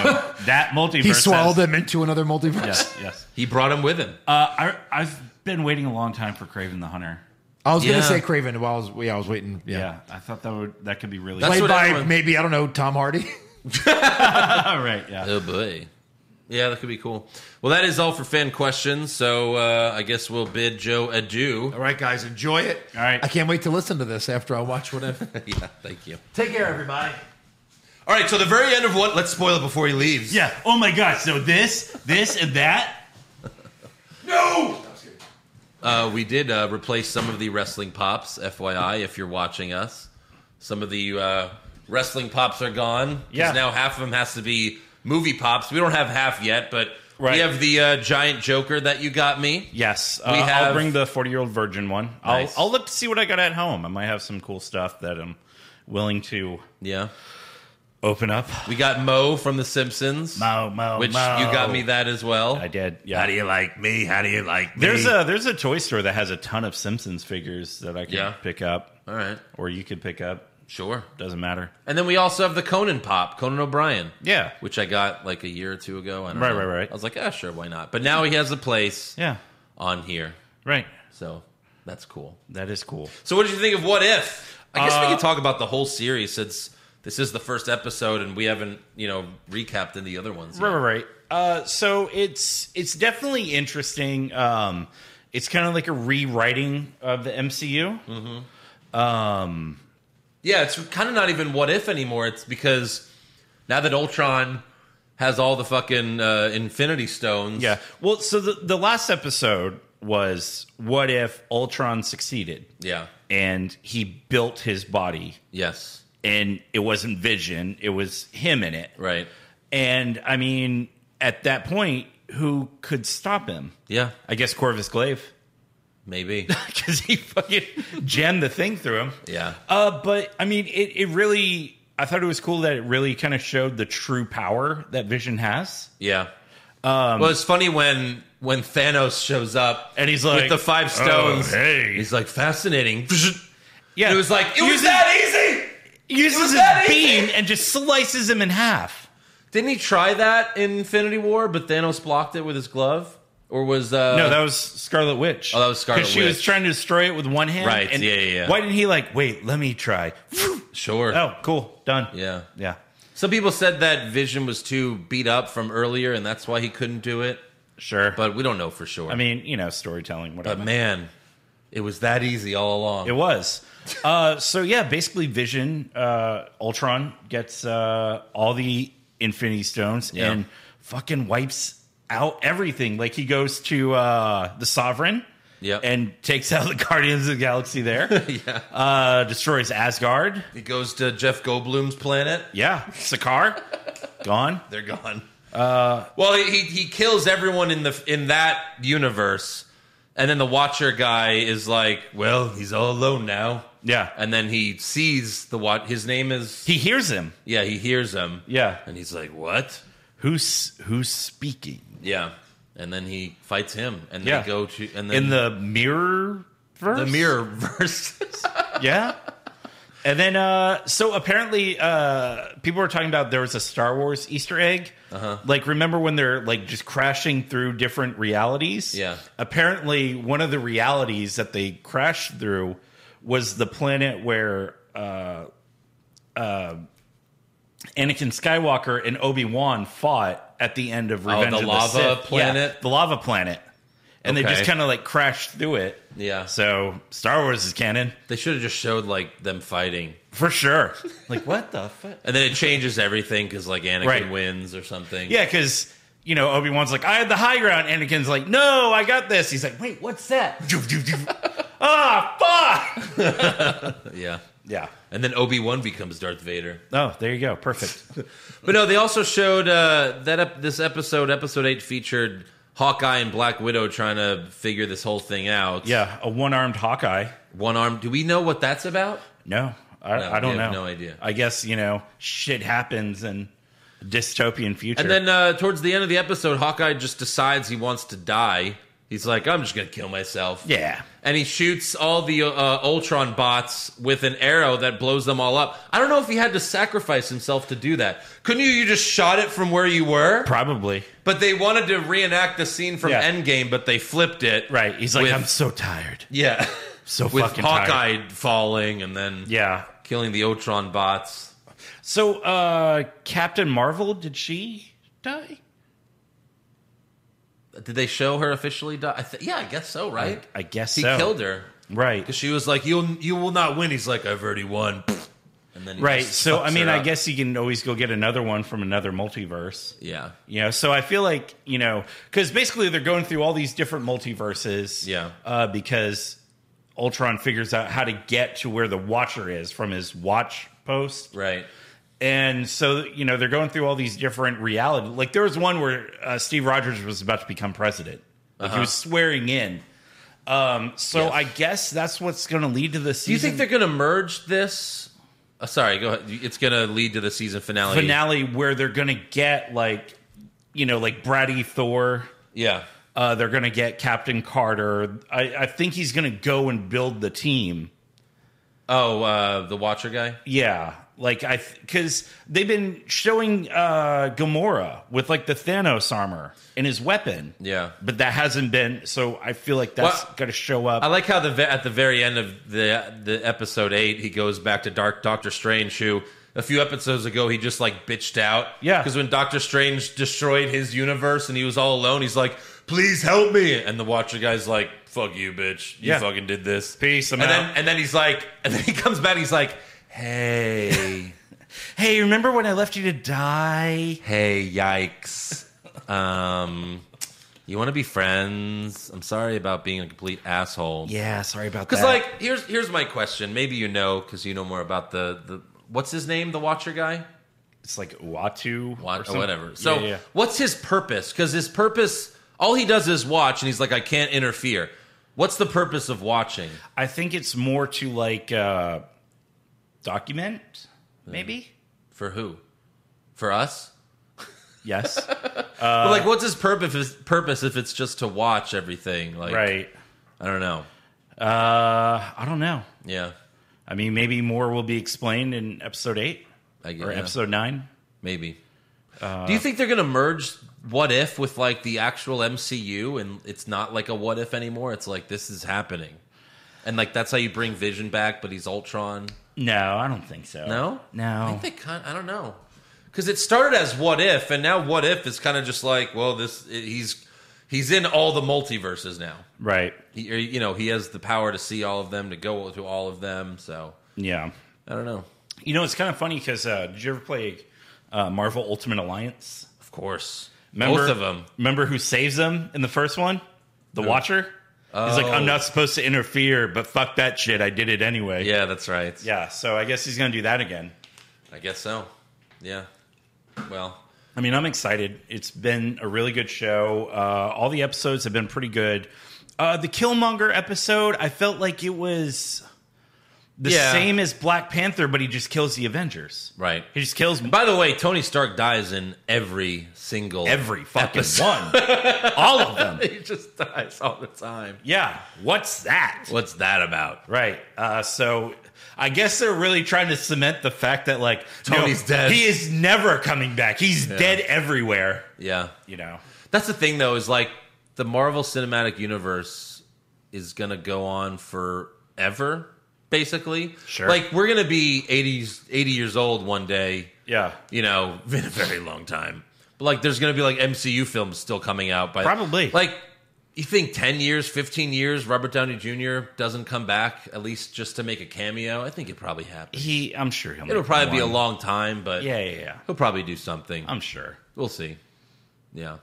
E: that multiverse.
D: He swallowed
E: has-
D: them into another multiverse.
E: Yes, yes.
C: He brought him with him.
E: Uh, I, I've been waiting a long time for Craven the Hunter.
D: I was
E: Yeah.
D: gonna say Craven. While I was, yeah, I was waiting.
E: Yeah.
D: Yeah,
E: I thought that would that could be really
D: played by maybe I don't know Tom Hardy.
E: All right, yeah.
C: Oh boy. Yeah, that could be cool. Well, that is all for fan questions. So uh, I guess we'll bid Joe adieu. All
D: right, guys, enjoy it.
E: All right.
D: I can't wait to listen to this after I watch whatever.
C: yeah, thank you.
D: Take care, everybody.
C: All right, so the very end of what? Let's spoil it before he leaves.
E: Yeah. Oh my gosh. So this, this, and that. no.
C: Uh, we did uh, replace some of the wrestling pops, FYI, if you're watching us. Some of the uh, wrestling pops are gone. 'cause
E: Yeah.
C: Now half of them has to be movie pops. We don't have half yet, but
E: Right.
C: we have the uh, giant Joker that you got me.
E: Yes.
C: We
E: uh,
C: have-
E: I'll bring the 40 year old virgin one.
C: Nice.
E: I'll, I'll look to see what I got at home. I might have some cool stuff that I'm willing to
C: Yeah.
E: open up.
C: We got Mo from The Simpsons.
E: Mo, Mo,
C: Which
E: Mo.
C: you got me that as well. I
E: did. Yeah. How do
C: you like me? How do you like
E: There's a there's a toy store that has a ton of Simpsons figures that I can
C: Yeah.
E: pick up.
C: All right.
E: Or you could pick up.
C: Sure.
E: Doesn't matter.
C: And then we also have the Conan pop, Conan O'Brien.
E: Yeah.
C: Which I got like a year or two ago. I don't
E: Right,
C: know.
E: right, right.
C: I was like, ah, sure, why not? But now he has a place
E: Yeah.
C: on here.
E: Right.
C: So that's cool.
E: That is cool.
C: So what did you think of What If? I guess
E: Uh,
C: we could talk about the whole series since this is the first episode and we haven't, you know, recapped any other ones. yet.
E: Right, right, right. Uh, so it's it's definitely interesting. Um, it's kind of like a rewriting of the MCU. Mm-hmm. Um,
C: Yeah, it's kind of not even what if anymore. It's because now that Ultron has all the fucking uh, Infinity Stones.
E: yeah. Well, so the the last episode was what if Ultron succeeded?
C: Yeah.
E: and he built his body.
C: Yes.
E: and it wasn't Vision; it was him in it.
C: Right.
E: And I mean, at that point, who could stop him?
C: Yeah.
E: I guess Corvus Glaive.
C: Maybe.
E: because he fucking jammed the thing through him.
C: Yeah.
E: Uh, but I mean, it, it really, I thought it was cool that it really kind of showed the true power that Vision has.
C: Yeah.
E: Um,
C: well, it's funny when when Thanos shows up
E: And he's
C: with
E: like,
C: the five
E: "Oh,
C: stones.
E: hey."
C: He's like fascinating.
E: yeah,
C: It was like it was
E: Uses-
C: that easy.
E: Uses
C: It was
E: his
C: that easy.
E: beam and just slices him in half.
C: Didn't he try that in Infinity War? But Thanos blocked it with his glove, or was uh,
E: no, that was Scarlet Witch.
C: Oh, that was Scarlet
E: she was
C: Witch.
E: trying to destroy it with one hand.
C: Right,
E: and
C: yeah, yeah, yeah.
E: Why didn't he like wait? Let me try.
C: sure.
E: Oh, cool, done.
C: Yeah.
E: Yeah,
C: Some people said that Vision was too beat up from earlier, and that's why he couldn't do it.
E: sure.
C: But we don't know for sure.
E: I mean, you know, storytelling, whatever.
C: but man, it was that easy all along.
E: It was. Uh, so yeah, basically, Vision, uh, Ultron gets uh, all the Infinity Stones
C: Yeah.
E: and fucking wipes out everything. Like he goes to uh, the Sovereign.
C: Yep.
E: And takes out the Guardians of the Galaxy there.
C: Yeah.
E: Uh, destroys Asgard.
C: He goes to Jeff Goldblum's planet.
E: Yeah. Sakaar. gone.
C: They're gone.
E: Uh,
C: well, he he kills everyone in the in that universe, and then the Watcher guy is like, "Well, he's all alone now."
E: Yeah.
C: And then he sees the what his name is.
E: He hears him.
C: Yeah, he hears him.
E: Yeah.
C: and he's like, "What?"
E: Who's who's speaking?
C: Yeah, and then he fights him, and
E: Yeah.
C: they go to and then
E: In the mirror verse?
C: the mirror verse.
E: yeah. And then, uh, so apparently, uh, people were talking about there was a Star Wars Easter egg. Uh-huh. Like, remember when they're like just crashing through different realities?
C: Yeah.
E: Apparently, one of the realities that they crashed through was the planet where uh, uh, Anakin Skywalker and Obi Wan fought at the end of
C: Oh,
E: Revenge
C: the
E: of the
C: lava
E: Sith. Yeah,
C: planet?
E: the lava planet. And they
C: Okay.
E: just kind of like crashed through it.
C: Yeah.
E: So Star Wars is canon.
C: they should have just showed like them fighting,
E: For sure. Like what the fuck?
C: and then it changes everything because like Anakin
E: Right.
C: wins or something.
E: Yeah, because you know Obi Wan's like, I had the high ground. Anakin's like, No, I got this. He's like, Wait, what's that? ah, fuck.
C: yeah.
E: Yeah.
C: And then Obi Wan becomes Darth Vader.
E: Oh, there you go. Perfect.
C: But no, they also showed uh, that ep- this episode, episode eight, featured Hawkeye and Black Widow trying to figure this whole thing out.
E: yeah, a one-armed Hawkeye.
C: One arm. Do we know what that's about?
E: No, I,
C: No,
E: I don't
C: we have
E: know.
C: no idea.
E: I guess you know shit happens in dystopian future.
C: And then uh, towards the end of the episode, Hawkeye just decides he wants to die. He's like, I'm just gonna kill myself.
E: yeah,
C: And he shoots all the uh, Ultron bots with an arrow that blows them all up. I don't know if he had to sacrifice himself to do that. Couldn't you? You just shot it from where you were.
E: probably.
C: But they wanted to reenact the scene from
E: Yeah.
C: Endgame, but they flipped it.
E: Right. He's like,
C: With-
E: I'm so tired.
C: Yeah.
E: So
C: with
E: fucking
C: Hawkeye
E: tired.
C: falling and then
E: Yeah.
C: killing the Ultron bots.
E: So uh Captain Marvel, did she die?
C: Did they show her officially die? I th- yeah, I guess so, right?
E: I guess
C: he
E: so.
C: killed her
E: Right.
C: because she was like, "You'll you will not win." He's like, "I've already won." And then he
E: Right.
C: just
E: So
C: fucks
E: I mean,
C: her
E: I
C: up.
E: guess you can always go get another one from another multiverse.
C: yeah,
E: You know, so I feel like, you know, because basically they're going through all these different multiverses.
C: Yeah.
E: Uh, because Ultron figures out how to get to where the Watcher is from his watch post.
C: right.
E: And so, you know, they're going through all these different reality. Like there was one where uh, Steve Rogers was about to become president. Like
C: Uh-huh.
E: he was swearing in. Um, so
C: Yes.
E: I guess that's what's going to lead to the
C: Do you think
E: season
C: they're gonna merge this? Uh, sorry, go ahead. It's gonna lead to the season finale.
E: finale where they're going to get like, you know, like bratty Thor.
C: Yeah,
E: Uh, they're going to get Captain Carter. I, I think he's going to go and build the team.
C: Oh, uh, the Watcher guy.
E: Yeah. Like I, because they've been showing uh Gamora with like the Thanos armor and his weapon.
C: Yeah.
E: but that hasn't been. So I feel like that's
C: Well,
E: going to show up.
C: I like how the ve- at the very end of the the episode eight, he goes back to Dark Doctor Strange, who a few episodes ago he just like bitched out.
E: Yeah.
C: because when Doctor Strange destroyed his universe and he was all alone, he's like, "Please help me!" And the Watcher guy's like, "Fuck you, bitch! You
E: Yeah.
C: fucking did this."
E: Peace, I'm
C: and
E: out.
C: then and then he's like, and then he comes back. He's like, "Hey,
E: hey, remember when I left you to die?
C: hey, yikes! Um, you want to be friends? I'm sorry about being a complete asshole."
E: Yeah, sorry about that.
C: Because like here's here's my question. Maybe you know because you know more about the the what's his name, the Watcher guy,
E: it's like Uatu
C: Wa-
E: or
C: or
E: something.
C: whatever. So
E: yeah, yeah.
C: what's his purpose? Because his purpose, all he does is watch, and he's like, I can't interfere. What's the purpose of watching?
E: I think it's more to like uh document, maybe.
C: For who? For us?
E: Yes, Uh,
C: but like, what's his purpose? Purpose if it's just to watch everything? Like,
E: right.
C: I don't know.
E: Uh, I don't know.
C: Yeah,
E: I mean, maybe more will be explained in episode eight
C: I guess.
E: or episode nine.
C: Maybe.
E: Uh,
C: Do you think they're gonna merge What If with like the actual MCU, and it's not like a What If anymore? It's like this is happening, and like that's how you bring Vision back, but he's Ultron.
E: No, I don't think so.
C: No, I
E: no.
C: think they kind. I don't know because it started as What If, and now What If is kind of just like, well, this he's he's in all the multiverses now.
E: right?
C: He, or, you know, he has the power to see all of them, to go to all of them. So
E: Yeah.
C: I don't know.
E: You know, it's kind of funny because uh, did you ever play uh, Marvel Ultimate Alliance?
C: Of course,
E: Remember,
C: both of them.
E: Remember who saves them in the first one? The Watcher. He's like, I'm not supposed to interfere, but fuck that shit. I did it anyway.
C: Oh. Yeah, that's right.
E: Yeah. So I guess he's gonna do that again.
C: I guess so. Yeah. Well.
E: I mean, I'm excited. It's been a really good show. Uh, all the episodes have been pretty good. Uh, the Killmonger episode, I felt like it was the
C: Yeah.
E: same as Black Panther, but he just kills the Avengers.
C: Right.
E: He just kills
C: By the way, Tony Stark dies in every single
E: every fucking
C: episode.
E: one, all of them.
C: he just dies all the time.
E: Yeah. What's that?
C: What's that about?
E: Right. Uh, so I guess they're really trying to cement the fact that like
C: Tony's dead.
E: He is never coming back. He's dead everywhere.
C: Yeah.
E: You know.
C: That's the thing though is like the Marvel Cinematic Universe is going to go on forever basically.
E: Sure.
C: Like we're going to be 80s 80 years old one day,
E: Yeah.
C: you know, in a very long time. But like there's going to be like MCU films still coming out by
E: Probably.
C: Like you think 10 years, 15 years Robert Downey Jr. doesn't come back at least just to make a cameo? I think it probably happens.
E: He. I'm sure he'll.
C: It'll
E: make
C: probably be a
E: one.
C: long time, but
E: Yeah. Um, Yeah. Yeah.
C: he'll probably do something.
E: I'm sure.
C: we'll see. Yeah.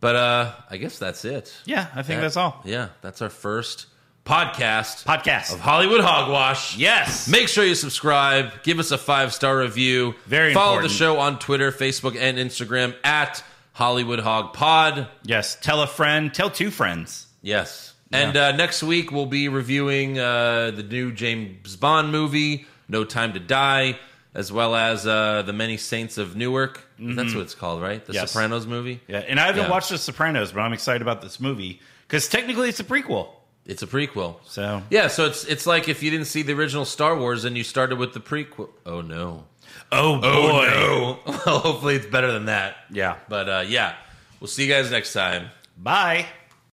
C: But uh I guess that's it.
E: Yeah. I think
C: That-
E: that's all.
C: Yeah, that's our first podcast.
E: Podcast.
C: Of Hollywood Hogwash.
E: Yes.
C: Make sure you subscribe. Give us a five star review.
E: Very
C: Follow
E: important.
C: the show on Twitter, Facebook, and Instagram at Hollywood Hog Pod.
E: Yes. Tell a friend. Tell two friends.
C: Yes. And uh, next week we'll be reviewing uh, the new James Bond movie, No Time to Die, as well as uh, the Many Saints of Newark. That's
E: Mhm.
C: what it's called, right? The
E: Yes.
C: Sopranos movie.
E: Yeah. And I haven't
C: Yeah.
E: watched The Sopranos, but I'm excited about this movie because technically it's a prequel.
C: It's a prequel.
E: So
C: Yeah, so it's it's like if you didn't see the original Star Wars and you started with the prequel. Oh no.
E: Oh, boy.
C: no. Well, hopefully it's better than that.
E: Yeah.
C: But uh, yeah, we'll see you guys next time.
E: Bye.